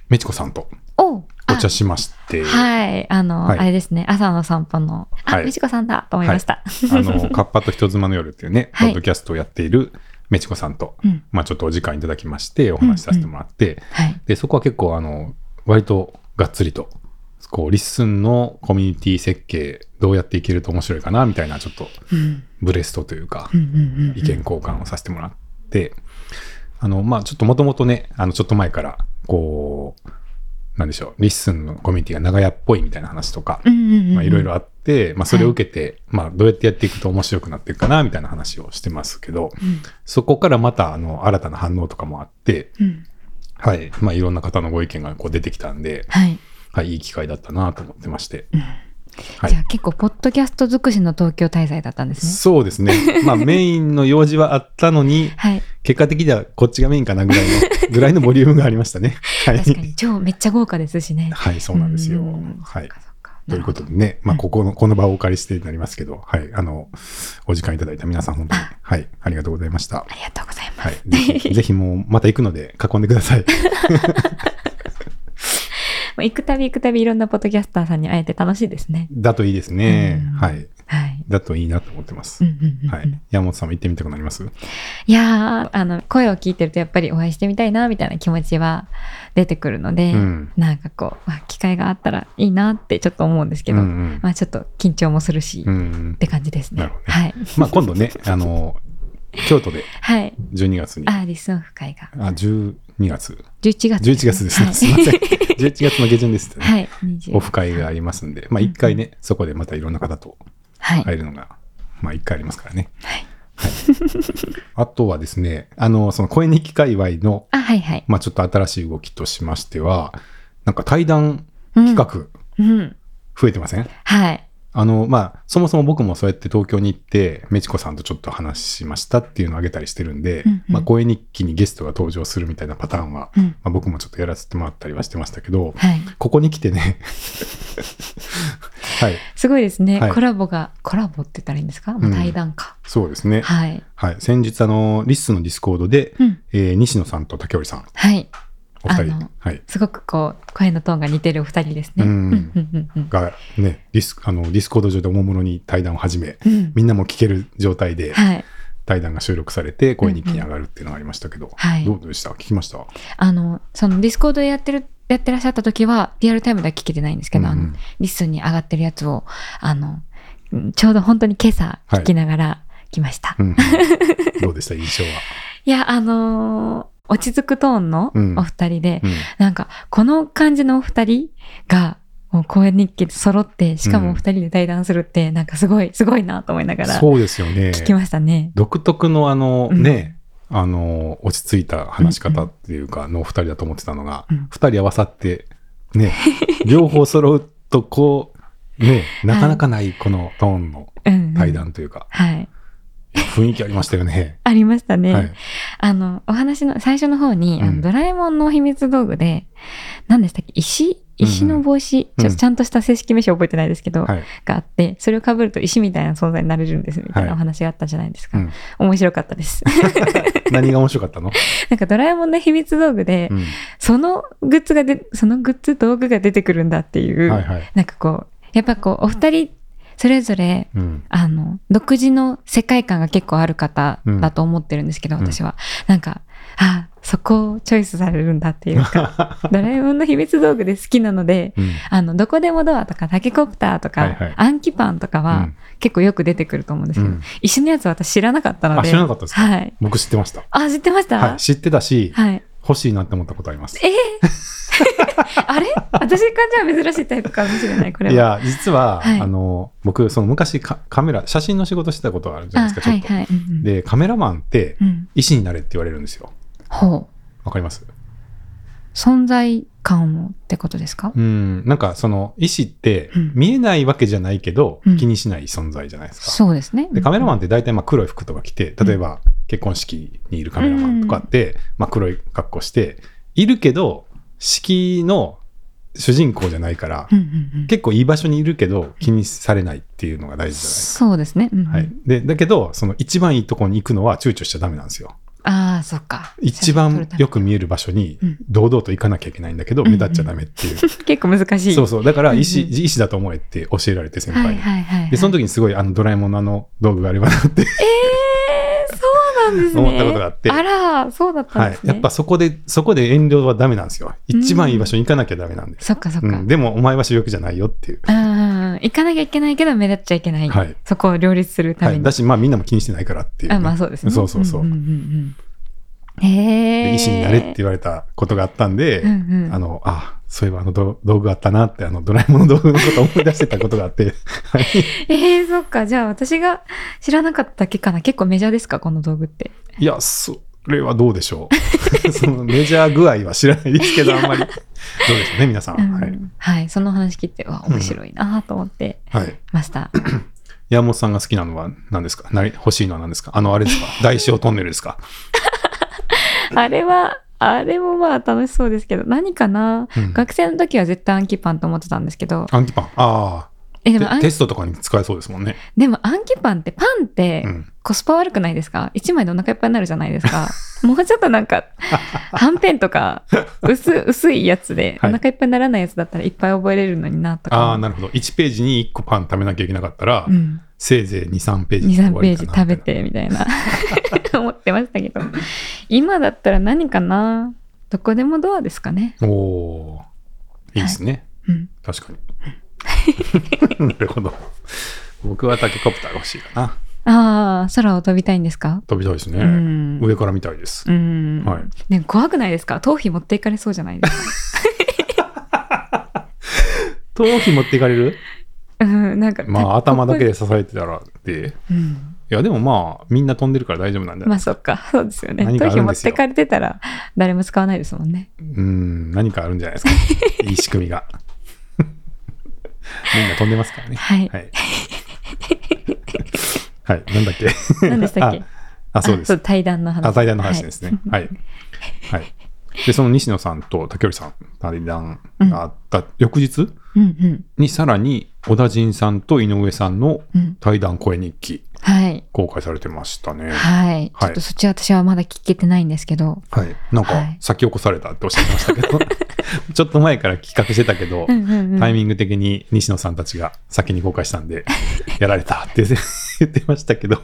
Speaker 1: めちこさんと
Speaker 2: お
Speaker 1: お
Speaker 2: あ
Speaker 1: 茶しまして、あ
Speaker 2: はいあの、
Speaker 1: はい
Speaker 2: あれですね朝の散歩のあ、
Speaker 1: はい
Speaker 2: みちこさんだと思いました、
Speaker 1: の、 <laughs> カッパと人妻の夜っていうね、
Speaker 2: は
Speaker 1: ポ
Speaker 2: い
Speaker 1: ッドキャストをやっているめちこさんと、
Speaker 2: うん
Speaker 1: まあちょっとお時間いただきまして、お話しさせてもらって、
Speaker 2: はい
Speaker 1: で、そこは結構、あの、割とがっつりと、こう、リッスンのコミュニティ設計、どうやっていけると面白いかな、みたいな、ちょっと、
Speaker 2: うん
Speaker 1: ブレストというか
Speaker 2: う、んうんうんうん
Speaker 1: 意見交換をさせてもらって、あの、まあ、ちょっともともとね、あの、ちょっと前から、こう、なんでしょう、リッスンのコミュニティが長屋っぽいみたいな話とか
Speaker 2: う、んうんうんうん
Speaker 1: まあ、いろいろあって、まあ、それを受けて、まあ、どうやってやっていくと面白くなっていくかな、みたいな話をしてますけど、
Speaker 2: うん
Speaker 1: そこからまた、あの、新たな反応とかもあって、
Speaker 2: うん
Speaker 1: はい。まあ、いろんな方のご意見がこう出てきたんで、
Speaker 2: はい、
Speaker 1: はい、いい機会だったなと思ってまして。は
Speaker 2: じゃ
Speaker 1: い。
Speaker 2: あ結構ポッドキャスト尽くしの東京滞在だったんですね。
Speaker 1: そうですね。まあ、メインの用事はあったの
Speaker 2: <laughs>
Speaker 1: に、
Speaker 2: はい、
Speaker 1: 結果的にはこっちがメインかなぐらいの、ぐらいのボリュームがありましたね。はい。
Speaker 2: 確かに超めっちゃ豪華ですしね。
Speaker 1: はい、そうなんですよ
Speaker 2: ん。
Speaker 1: はい
Speaker 2: そっ。かそっか
Speaker 1: ということでね、まあ、ここの、この場をお借りしてになりますけど、はい、あの、お時間いただいた皆さん、本当に、はい、ありがとうございました
Speaker 2: あ。りがとうございます。
Speaker 1: はい。ぜ
Speaker 2: <laughs>
Speaker 1: ひ、ぜひもう、また行くので、囲んでください。
Speaker 2: もう行くたび行くたびいろんなポッドキャスターさんに会えて楽しいですね。
Speaker 1: だといいですね
Speaker 2: うん。
Speaker 1: はい。
Speaker 2: はい。
Speaker 1: だといいなと思ってま
Speaker 2: う
Speaker 1: す。
Speaker 2: んうんうん
Speaker 1: は
Speaker 2: うん
Speaker 1: い。山本さんも行ってみたくなります
Speaker 2: いやーあの声を聞いてるとやっぱりお会いしてみたいなみたいな気持ちは出てくるので、
Speaker 1: うん
Speaker 2: なんかこうあ機会があったらいいなってちょっと思うんですけど、
Speaker 1: うんうん
Speaker 2: まあちょっと緊張もするし、
Speaker 1: う
Speaker 2: っ
Speaker 1: ん
Speaker 2: て。感じですね。
Speaker 1: なるほどね
Speaker 2: はい、
Speaker 1: まあ今度ね、あの、京都で
Speaker 2: はい、
Speaker 1: 12月に、あ、
Speaker 2: あリスンオフ会が
Speaker 1: 12月、
Speaker 2: 11月
Speaker 1: 11月ですね、すいません。11月の下旬ですね。
Speaker 2: はい、はい、20
Speaker 1: オフ会がありますんで、まあ一回ね、そこでまたいろんな方と
Speaker 2: はい、
Speaker 1: 会えるのが、まあ一回ありますからね。
Speaker 2: はい
Speaker 1: あとはですね、あの、その声日記界隈の、
Speaker 2: あはいはい
Speaker 1: まあちょっと新しい動きとしましては、なんか対談企画
Speaker 2: うん
Speaker 1: 増えてません
Speaker 2: はい。
Speaker 1: あの、まあ、そもそも僕もそうやって東京に行って、メチコさんとちょっと話しましたっていうのをあげたりしてるんで、
Speaker 2: うんうん
Speaker 1: まあ、公演日記にゲストが登場するみたいなパターンは、
Speaker 2: うん。
Speaker 1: まあ、僕もちょっとやらせてもらったりはしてましたけど、
Speaker 2: はい。
Speaker 1: ここに来てね、 <laughs> はい、
Speaker 2: すごいですね。
Speaker 1: はい
Speaker 2: コラボが、コラボって言ったらいいんですか、まあ
Speaker 1: うん
Speaker 2: 対談か。
Speaker 1: そうですね。
Speaker 2: はい。
Speaker 1: はい、先日、あの、リスのディスコードで、
Speaker 2: うん。
Speaker 1: えー西野さんと竹織さん、
Speaker 2: はい。
Speaker 1: お二
Speaker 2: あ
Speaker 1: 人
Speaker 2: の、
Speaker 1: はい、
Speaker 2: すごくこう、声のトーンが似てるお二人ですね。
Speaker 1: うん
Speaker 2: うんうんうん
Speaker 1: がね、ディスあのディスコード上でおもむろに対談を始め、
Speaker 2: うん。うん
Speaker 1: みんなも聞ける状態で
Speaker 2: はい。
Speaker 1: 対談が収録されて、声に気に上がるっていうのがありましたけど、
Speaker 2: はい
Speaker 1: どうでした聞きました
Speaker 2: あの、そのディスコードでやってる、やってらっしゃった時は、リアルタイムでは聞けてないんですけど、
Speaker 1: うんう
Speaker 2: あ
Speaker 1: ん
Speaker 2: の、リスンに上がってるやつを、あの、うんちょうど本当に今朝聞きながら来ました。
Speaker 1: うん
Speaker 2: <laughs>
Speaker 1: どうでした印象は。
Speaker 2: い、や、あのー落ち着くトーンの
Speaker 1: うん
Speaker 2: お二人で、
Speaker 1: うん
Speaker 2: なんか、この感じのお二人が、もう公演日記で揃って、しかもお二人で対談するって、なんかすごい、すごいなと思いながら、
Speaker 1: そうですよね。
Speaker 2: 聞きましたね。
Speaker 1: 独特のあの
Speaker 2: うん
Speaker 1: ね、あの落ち着いた話し方っていうかのお二人だと思ってたのが、
Speaker 2: うん
Speaker 1: 二人合わさってね両方揃うとこうねなかなかないこのトーンの
Speaker 2: うんうん
Speaker 1: 対。談というか、
Speaker 2: はい。
Speaker 1: いや雰囲気ありましたよね。
Speaker 2: ありました <laughs> ね。
Speaker 1: はい、
Speaker 2: あの、お話の最初の方に、あ
Speaker 1: うん
Speaker 2: のドラえもんの秘密道具で、何でしたっけ石石の帽子、
Speaker 1: うん
Speaker 2: ちょっとちゃんとした正式名称覚えてないですけど、
Speaker 1: はい
Speaker 2: があって、それを被ると石みたいな存在になれるんですみたい
Speaker 1: はい
Speaker 2: なお話があったじゃないです
Speaker 1: う
Speaker 2: か。
Speaker 1: ん、
Speaker 2: 面白かったです。 <laughs>
Speaker 1: 何が面白かったの、
Speaker 2: なんかドラえもんの秘密道具で、
Speaker 1: うん
Speaker 2: そのグッズがで、そのグッズ道具が出てくるんだっていう、
Speaker 1: はいはい
Speaker 2: なんかこう、やっぱこう、お二人、それぞれ
Speaker 1: うん
Speaker 2: あの、独自の世界観が結構ある方だと思ってるんですけど、
Speaker 1: うん
Speaker 2: 私は。なんか、あ、そこをチョイスされるんだってい
Speaker 1: <laughs>
Speaker 2: うか、ドラえもんの秘密道具で好きなので、
Speaker 1: うん
Speaker 2: あの、どこでもドアとか、タケコプターとか、
Speaker 1: はいはい
Speaker 2: アンキパンとか
Speaker 1: う
Speaker 2: は
Speaker 1: ん
Speaker 2: 結構よく出てくると思うんですけ
Speaker 1: う
Speaker 2: ど、
Speaker 1: ん
Speaker 2: 一緒のやつは私知らなかったので。
Speaker 1: あ知らなかったですか
Speaker 2: はい。
Speaker 1: 僕知ってました。
Speaker 2: あ、知ってました、
Speaker 1: はい、知ってたし、
Speaker 2: はい
Speaker 1: 欲しいなって思ったことあります。
Speaker 2: <laughs> あれ私からじゃ珍しいタイプかもしれない、これは。
Speaker 1: いや実は、
Speaker 2: はい
Speaker 1: あの僕その昔かカメラ写真の仕事してたことがあるじゃ
Speaker 2: あ、
Speaker 1: ないですかち
Speaker 2: は
Speaker 1: ょ
Speaker 2: い
Speaker 1: っと。
Speaker 2: はい。うんうん、
Speaker 1: でカメラマンって
Speaker 2: うん。
Speaker 1: 医師になれって言われるんですよ。
Speaker 2: ほう。
Speaker 1: わかります
Speaker 2: 存在感をってことですか、
Speaker 1: うん。なんかその医師って
Speaker 2: うん
Speaker 1: 見えないわけじゃないけど、
Speaker 2: うん
Speaker 1: 気にしない存在じゃないですか。
Speaker 2: そうですね。
Speaker 1: でカメラマ
Speaker 2: ン
Speaker 1: ンって大体まあ黒い服とか着て例えば結婚式にいるカメラマンとかって、まあ、黒い格好しているけど式の主人公じゃないから、
Speaker 2: うんうんうん
Speaker 1: 結構いい場所にいるけど気にされないっていうのが大事じゃないですか。
Speaker 2: そうですね。うんうん
Speaker 1: はい、でだけどその一番いいとこに行くのは躊躇しちゃダメなんですよ。
Speaker 2: ああ、そっか。
Speaker 1: 一番よく見える場所に
Speaker 2: うん
Speaker 1: 堂々と行かなきゃいけないんだけど、
Speaker 2: うん
Speaker 1: 目立っちゃダメっていう、
Speaker 2: 結構難 <laughs> しい。
Speaker 1: そうそうだから医師,、
Speaker 2: うんうん
Speaker 1: 医師だと思えって教えられて先輩に、
Speaker 2: はいはいはいはい。
Speaker 1: でその時にすごいあのドラえもんのあの道具があればなって、
Speaker 2: えーそうなんですね。
Speaker 1: 思ったことがあって
Speaker 2: あら、そうだったん
Speaker 1: は
Speaker 2: で
Speaker 1: い
Speaker 2: す、ね。
Speaker 1: やっぱそこでそこで遠慮はダメなんですよ一番いい場所に行かなきゃダメなんで、
Speaker 2: そっかそっ
Speaker 1: うん
Speaker 2: か。うん
Speaker 1: でもお前は主力じゃないよっていう、
Speaker 2: 行かなきゃいけないけど目立っちゃいけない。
Speaker 1: はい
Speaker 2: そこを両立するた
Speaker 1: は
Speaker 2: め
Speaker 1: い、
Speaker 2: に。
Speaker 1: だしまあみんなも気にしてないからっていうね、
Speaker 2: あまあそうですね。
Speaker 1: そうそうそう、
Speaker 2: んんうんうんへ
Speaker 1: で
Speaker 2: え。
Speaker 1: 医師になれって言われたことがあったんで、
Speaker 2: うんうん
Speaker 1: あのあそういえばあの道道具あったなってあのドラえもんの道具のこと思い出してたことがあ
Speaker 2: <laughs>
Speaker 1: って、はい
Speaker 2: ええそっか。じゃあ私が知らなかっただけかな。結構メジャーですかこの道具って。
Speaker 1: いや、それはどうでしょう。 <laughs> そのメジャー具合は知らないですけど、あんま
Speaker 2: <laughs>
Speaker 1: り。どうでしょうね、皆さん。
Speaker 2: うん
Speaker 1: はい。
Speaker 2: はい。その話聞いて、うわ、面白いなと思って
Speaker 1: はい。
Speaker 2: ました。
Speaker 1: 山本さんが好きなのは何ですかなり欲しいのは何ですかあの、あれ
Speaker 2: <laughs>
Speaker 1: ですか大小トンネルですか
Speaker 2: あれは、あれもまあ楽しそうですけど、何かな、
Speaker 1: うん
Speaker 2: 学生の時は絶対暗記パンと思ってたんですけど、
Speaker 1: 暗記パン。ああ。
Speaker 2: えで
Speaker 1: テ
Speaker 2: も暗
Speaker 1: テストとかに使えそうですもんね。
Speaker 2: でも暗記パンってパンって
Speaker 1: うん
Speaker 2: コスパ悪くないですか一枚でお腹いっぱいになるじゃないで
Speaker 1: <laughs>
Speaker 2: すか。もうちょっとなんか、はんぺんとか、薄、薄いやつで、お
Speaker 1: はい
Speaker 2: 腹いっぱいにならないやつだったらいっぱい覚えれるのになとか。
Speaker 1: ああ、なるほど。1ページに1個パン食べなきゃいけなかったら、
Speaker 2: うん。
Speaker 1: せいぜい2、3ページで終
Speaker 2: 2、3
Speaker 1: わ
Speaker 2: ペー
Speaker 1: り
Speaker 2: ジ
Speaker 1: かな
Speaker 2: 食べ。て、みた <laughs> いな。思ってましたけど。今だったら何かなどこでもドアですかね。
Speaker 1: おおーいいですね。
Speaker 2: うん。
Speaker 1: 確かに。 <laughs> なるほど。僕はタケコプターが欲しいかな。
Speaker 2: ああ、空を飛びたいんですか
Speaker 1: 飛びたいですね。
Speaker 2: うん
Speaker 1: 上から見たいです。
Speaker 2: うん。
Speaker 1: はい
Speaker 2: ね、怖くないですか頭皮持っていかれそうじゃない <laughs> ですか。
Speaker 1: 頭皮持っていかれる
Speaker 2: うん、なんか。
Speaker 1: まあ頭だけで支えてたらって。
Speaker 2: うん。
Speaker 1: いやでもまあみんな飛んでるから大丈夫なんだよ、
Speaker 2: まあそっか。そうですよね。
Speaker 1: 何かあ
Speaker 2: 頭皮
Speaker 1: るん
Speaker 2: 持
Speaker 1: で
Speaker 2: っ
Speaker 1: すよ
Speaker 2: てかれてたら、誰も使わないですもんね。 <laughs>
Speaker 1: <laughs> うん何かあるんじゃないですかいい仕組みがみんな飛んでますからね。
Speaker 2: はい
Speaker 1: はい。はい、なんだっけ。
Speaker 2: 何でしたっけ
Speaker 1: <laughs> ああ、そうです。
Speaker 2: 対談の話。
Speaker 1: あ、対談の話ですね。
Speaker 2: はい
Speaker 1: はい。はい。で、その西野さんと竹織さん、対談があった翌日
Speaker 2: うんうん
Speaker 1: に、さらに小田陣さんと井上さんの
Speaker 2: うん。
Speaker 1: 対談声日記、
Speaker 2: はい。
Speaker 1: 公開されてましたね。
Speaker 2: はい。ちょっとそっちは私はまだ聞けてないんですけど。
Speaker 1: はい。なん
Speaker 2: は
Speaker 1: か
Speaker 2: い、
Speaker 1: 先起こされたっておっしゃってましたけ
Speaker 2: <laughs>
Speaker 1: ど、ちょっと前から企画してたけど、タイ
Speaker 2: ン
Speaker 1: ミング的に西野さんたちが先に公開したん
Speaker 2: <laughs>
Speaker 1: で、やられたって <laughs> 言ってましたけど。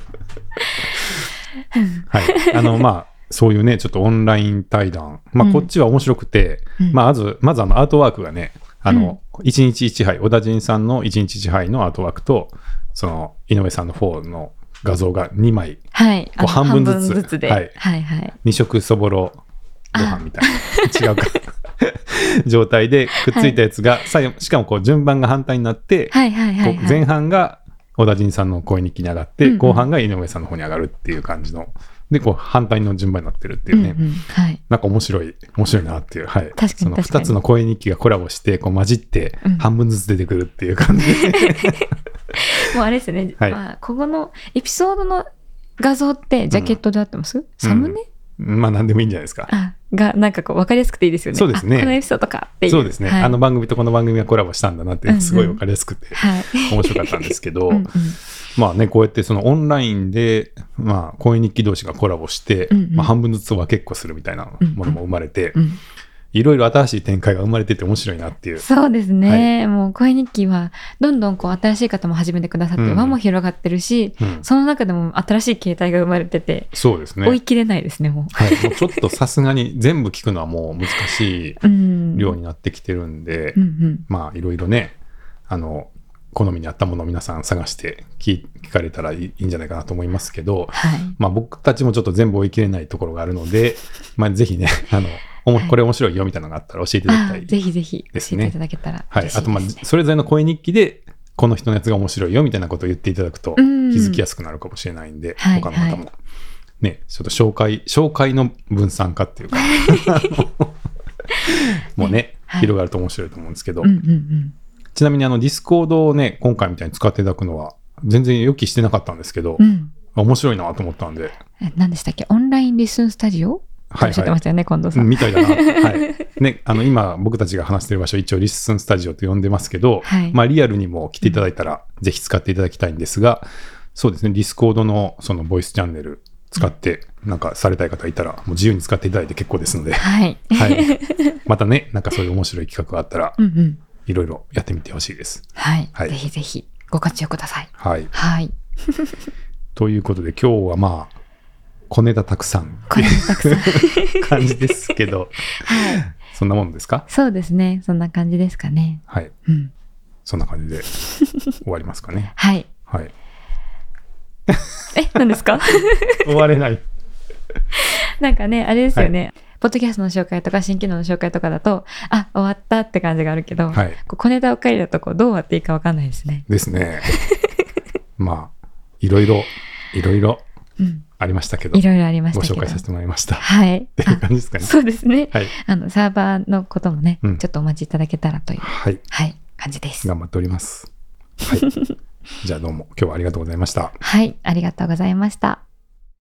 Speaker 1: はい。あの、まあ、そういうね、ちょっとオンライン対談。ま
Speaker 2: う
Speaker 1: あ、
Speaker 2: ん
Speaker 1: こっちは面白くて、
Speaker 2: うん
Speaker 1: まあ、まず、まずあの、アートワークがね、あの、一日一杯、小田陣さんの一日一杯のアートワークと、その、井上さんの方の画像が2枚、
Speaker 2: はい。あの
Speaker 1: こう半分ずつ
Speaker 2: で。は
Speaker 1: はいい。
Speaker 2: はいはい。
Speaker 1: 二食そぼろご飯みたいな、違
Speaker 2: <laughs>
Speaker 1: うか、状態でくっついたやつが、最後しかもこう、順番が反対になって、
Speaker 2: はいはいはい
Speaker 1: こう
Speaker 2: はい。
Speaker 1: 前半が小田陣さんの声に気に上がって、
Speaker 2: うんうん
Speaker 1: 後半が井上さんの方に上がるっていう感じのでこう反対の順番になってるっていうね、
Speaker 2: うんうんはい。
Speaker 1: なんか面白い面白いなっていうはい
Speaker 2: かに
Speaker 1: その
Speaker 2: 確か
Speaker 1: 2
Speaker 2: に
Speaker 1: つの声日記がコラボしてこう混じって
Speaker 2: うん
Speaker 1: 半分ずつ出てくるっていう感じで、
Speaker 2: <laughs> もうあれですね。
Speaker 1: はい
Speaker 2: まあ、ここのエピソードの画像ってジャケットで合ってます、サムネ、
Speaker 1: まあ何でもいいんじゃないですか
Speaker 2: あが、なんかこう、わかりやすくていいですよね。
Speaker 1: そうですね
Speaker 2: あこのエピソードかっていう。
Speaker 1: そうですね、
Speaker 2: はい、
Speaker 1: あの、番組とこの番組がコラボしたんだなっていうのがすごい分かりやすくて
Speaker 2: はい。
Speaker 1: 面白かったんですけど、
Speaker 2: <laughs> うんうん
Speaker 1: まあねこうやってそのオンラインで、まあ、声日記同士がコラボして、
Speaker 2: うんうん
Speaker 1: まあ、半分ずつ分けっこするみたいなものも生まれて、
Speaker 2: うん
Speaker 1: いろいろ新しい展開が生まれてて面白いなっていう。
Speaker 2: そうですね、もう声日記はどんどんこう新しい方も始めてくださって
Speaker 1: うん
Speaker 2: 輪も広がってるし、
Speaker 1: うん
Speaker 2: その中でも新しい形態が生まれてて、
Speaker 1: そうですね。
Speaker 2: 追い切れないですねも。
Speaker 1: はい、もうちょっとさすがに全部聞くのはもう難しいう
Speaker 2: うん、
Speaker 1: 量になってきてるんで、
Speaker 2: うんうん
Speaker 1: まあいろいろね、あの、好みに合ったものを皆さん探して聞聞かれたらいいいいんじゃないかなと思いますけど、
Speaker 2: はい、
Speaker 1: まあ僕たちもちょっと全部追い切れないところがあるので、まあぜひね、あの、おも
Speaker 2: はい
Speaker 1: これ面白いよみたいなのがあったら教えていただき
Speaker 2: あ
Speaker 1: たい。
Speaker 2: ぜひぜひ教
Speaker 1: で
Speaker 2: え
Speaker 1: す
Speaker 2: て
Speaker 1: ね
Speaker 2: いただけたら
Speaker 1: はい。
Speaker 2: 嬉しいです、ね
Speaker 1: あとまあ、それぞれの声日記で、この人のやつが面白いよみたいなことを言っていただくと、気
Speaker 2: うん
Speaker 1: づきやすくなるかもしれないんで、
Speaker 2: はい
Speaker 1: 他の方
Speaker 2: は
Speaker 1: も。ね、ちょっと紹介、紹介の分散化って
Speaker 2: <laughs>
Speaker 1: いうか、もうね、
Speaker 2: はい
Speaker 1: 広がると面白いと思うんですけど、
Speaker 2: うんうんうん
Speaker 1: ちなみにあの、ディスコードをね、今回みたいに使っていただくのは、全然予期してなかったんですけど、
Speaker 2: うん
Speaker 1: 面白いなと思ったんで、
Speaker 2: え何でしたっけオンラインリスンスタジオって
Speaker 1: は
Speaker 2: お
Speaker 1: い
Speaker 2: っしゃって
Speaker 1: は
Speaker 2: ま
Speaker 1: い
Speaker 2: し。たよね、近藤さん、
Speaker 1: みたい
Speaker 2: <laughs>
Speaker 1: だな。はい。ね、あの、今、僕たちが話してる場所、一応、リッスンスタジオと呼んでますけど、
Speaker 2: はい
Speaker 1: まあ、リアルにも来ていただいたら、ぜひ使っていただきたいんですが、そうですね、ディスコードの、その、ボイスチャンネル、使って、なんか、されたい方いたら、もう自由に使っていただいて結構です
Speaker 2: <laughs>
Speaker 1: ので、
Speaker 2: はい、
Speaker 1: はい。またね、なんかそういう面白い企画があったら、
Speaker 2: うんうん
Speaker 1: いろいろやってみてほしいです。
Speaker 2: はい
Speaker 1: はい
Speaker 2: ぜひぜひご活用ください
Speaker 1: はい。
Speaker 2: はい
Speaker 1: ということで、今日はまあ、小ネタたくさん <laughs>
Speaker 2: これもたくさん
Speaker 1: 感じですけど、
Speaker 2: <laughs> はい
Speaker 1: そんなものですか
Speaker 2: そうですねそんな感じですかね
Speaker 1: はい。
Speaker 2: うん
Speaker 1: そんな感じで終わりますか
Speaker 2: <laughs>
Speaker 1: ね。
Speaker 2: はい
Speaker 1: はい。
Speaker 2: え何ですか <laughs>
Speaker 1: 終われない。
Speaker 2: なんかね、あれですよね、ポッドキャストの紹介とか新機能の紹介とかだと、あ、終わったって感じがあるけど、
Speaker 1: はい
Speaker 2: こう小ネタばっかりだとこうどう終わっていいかわかんないですね。
Speaker 1: ですね。まあ、いろいろ、いろいろ
Speaker 2: うん。
Speaker 1: ありましたけど、
Speaker 2: いろいろありまし
Speaker 1: ご
Speaker 2: たけど。
Speaker 1: 紹介させてもらいました。っ <laughs>
Speaker 2: はい。
Speaker 1: ていう感じですか
Speaker 2: あ
Speaker 1: ね。
Speaker 2: そうですね。
Speaker 1: はい。
Speaker 2: あの、サーバーのこともね、
Speaker 1: うん
Speaker 2: ちょっとお待ちいただけたらという、
Speaker 1: はい。
Speaker 2: はい、感じです。
Speaker 1: 頑張っております。はい。じゃあどうも、今日はありがとうございました。
Speaker 2: はい、ありがとうございました。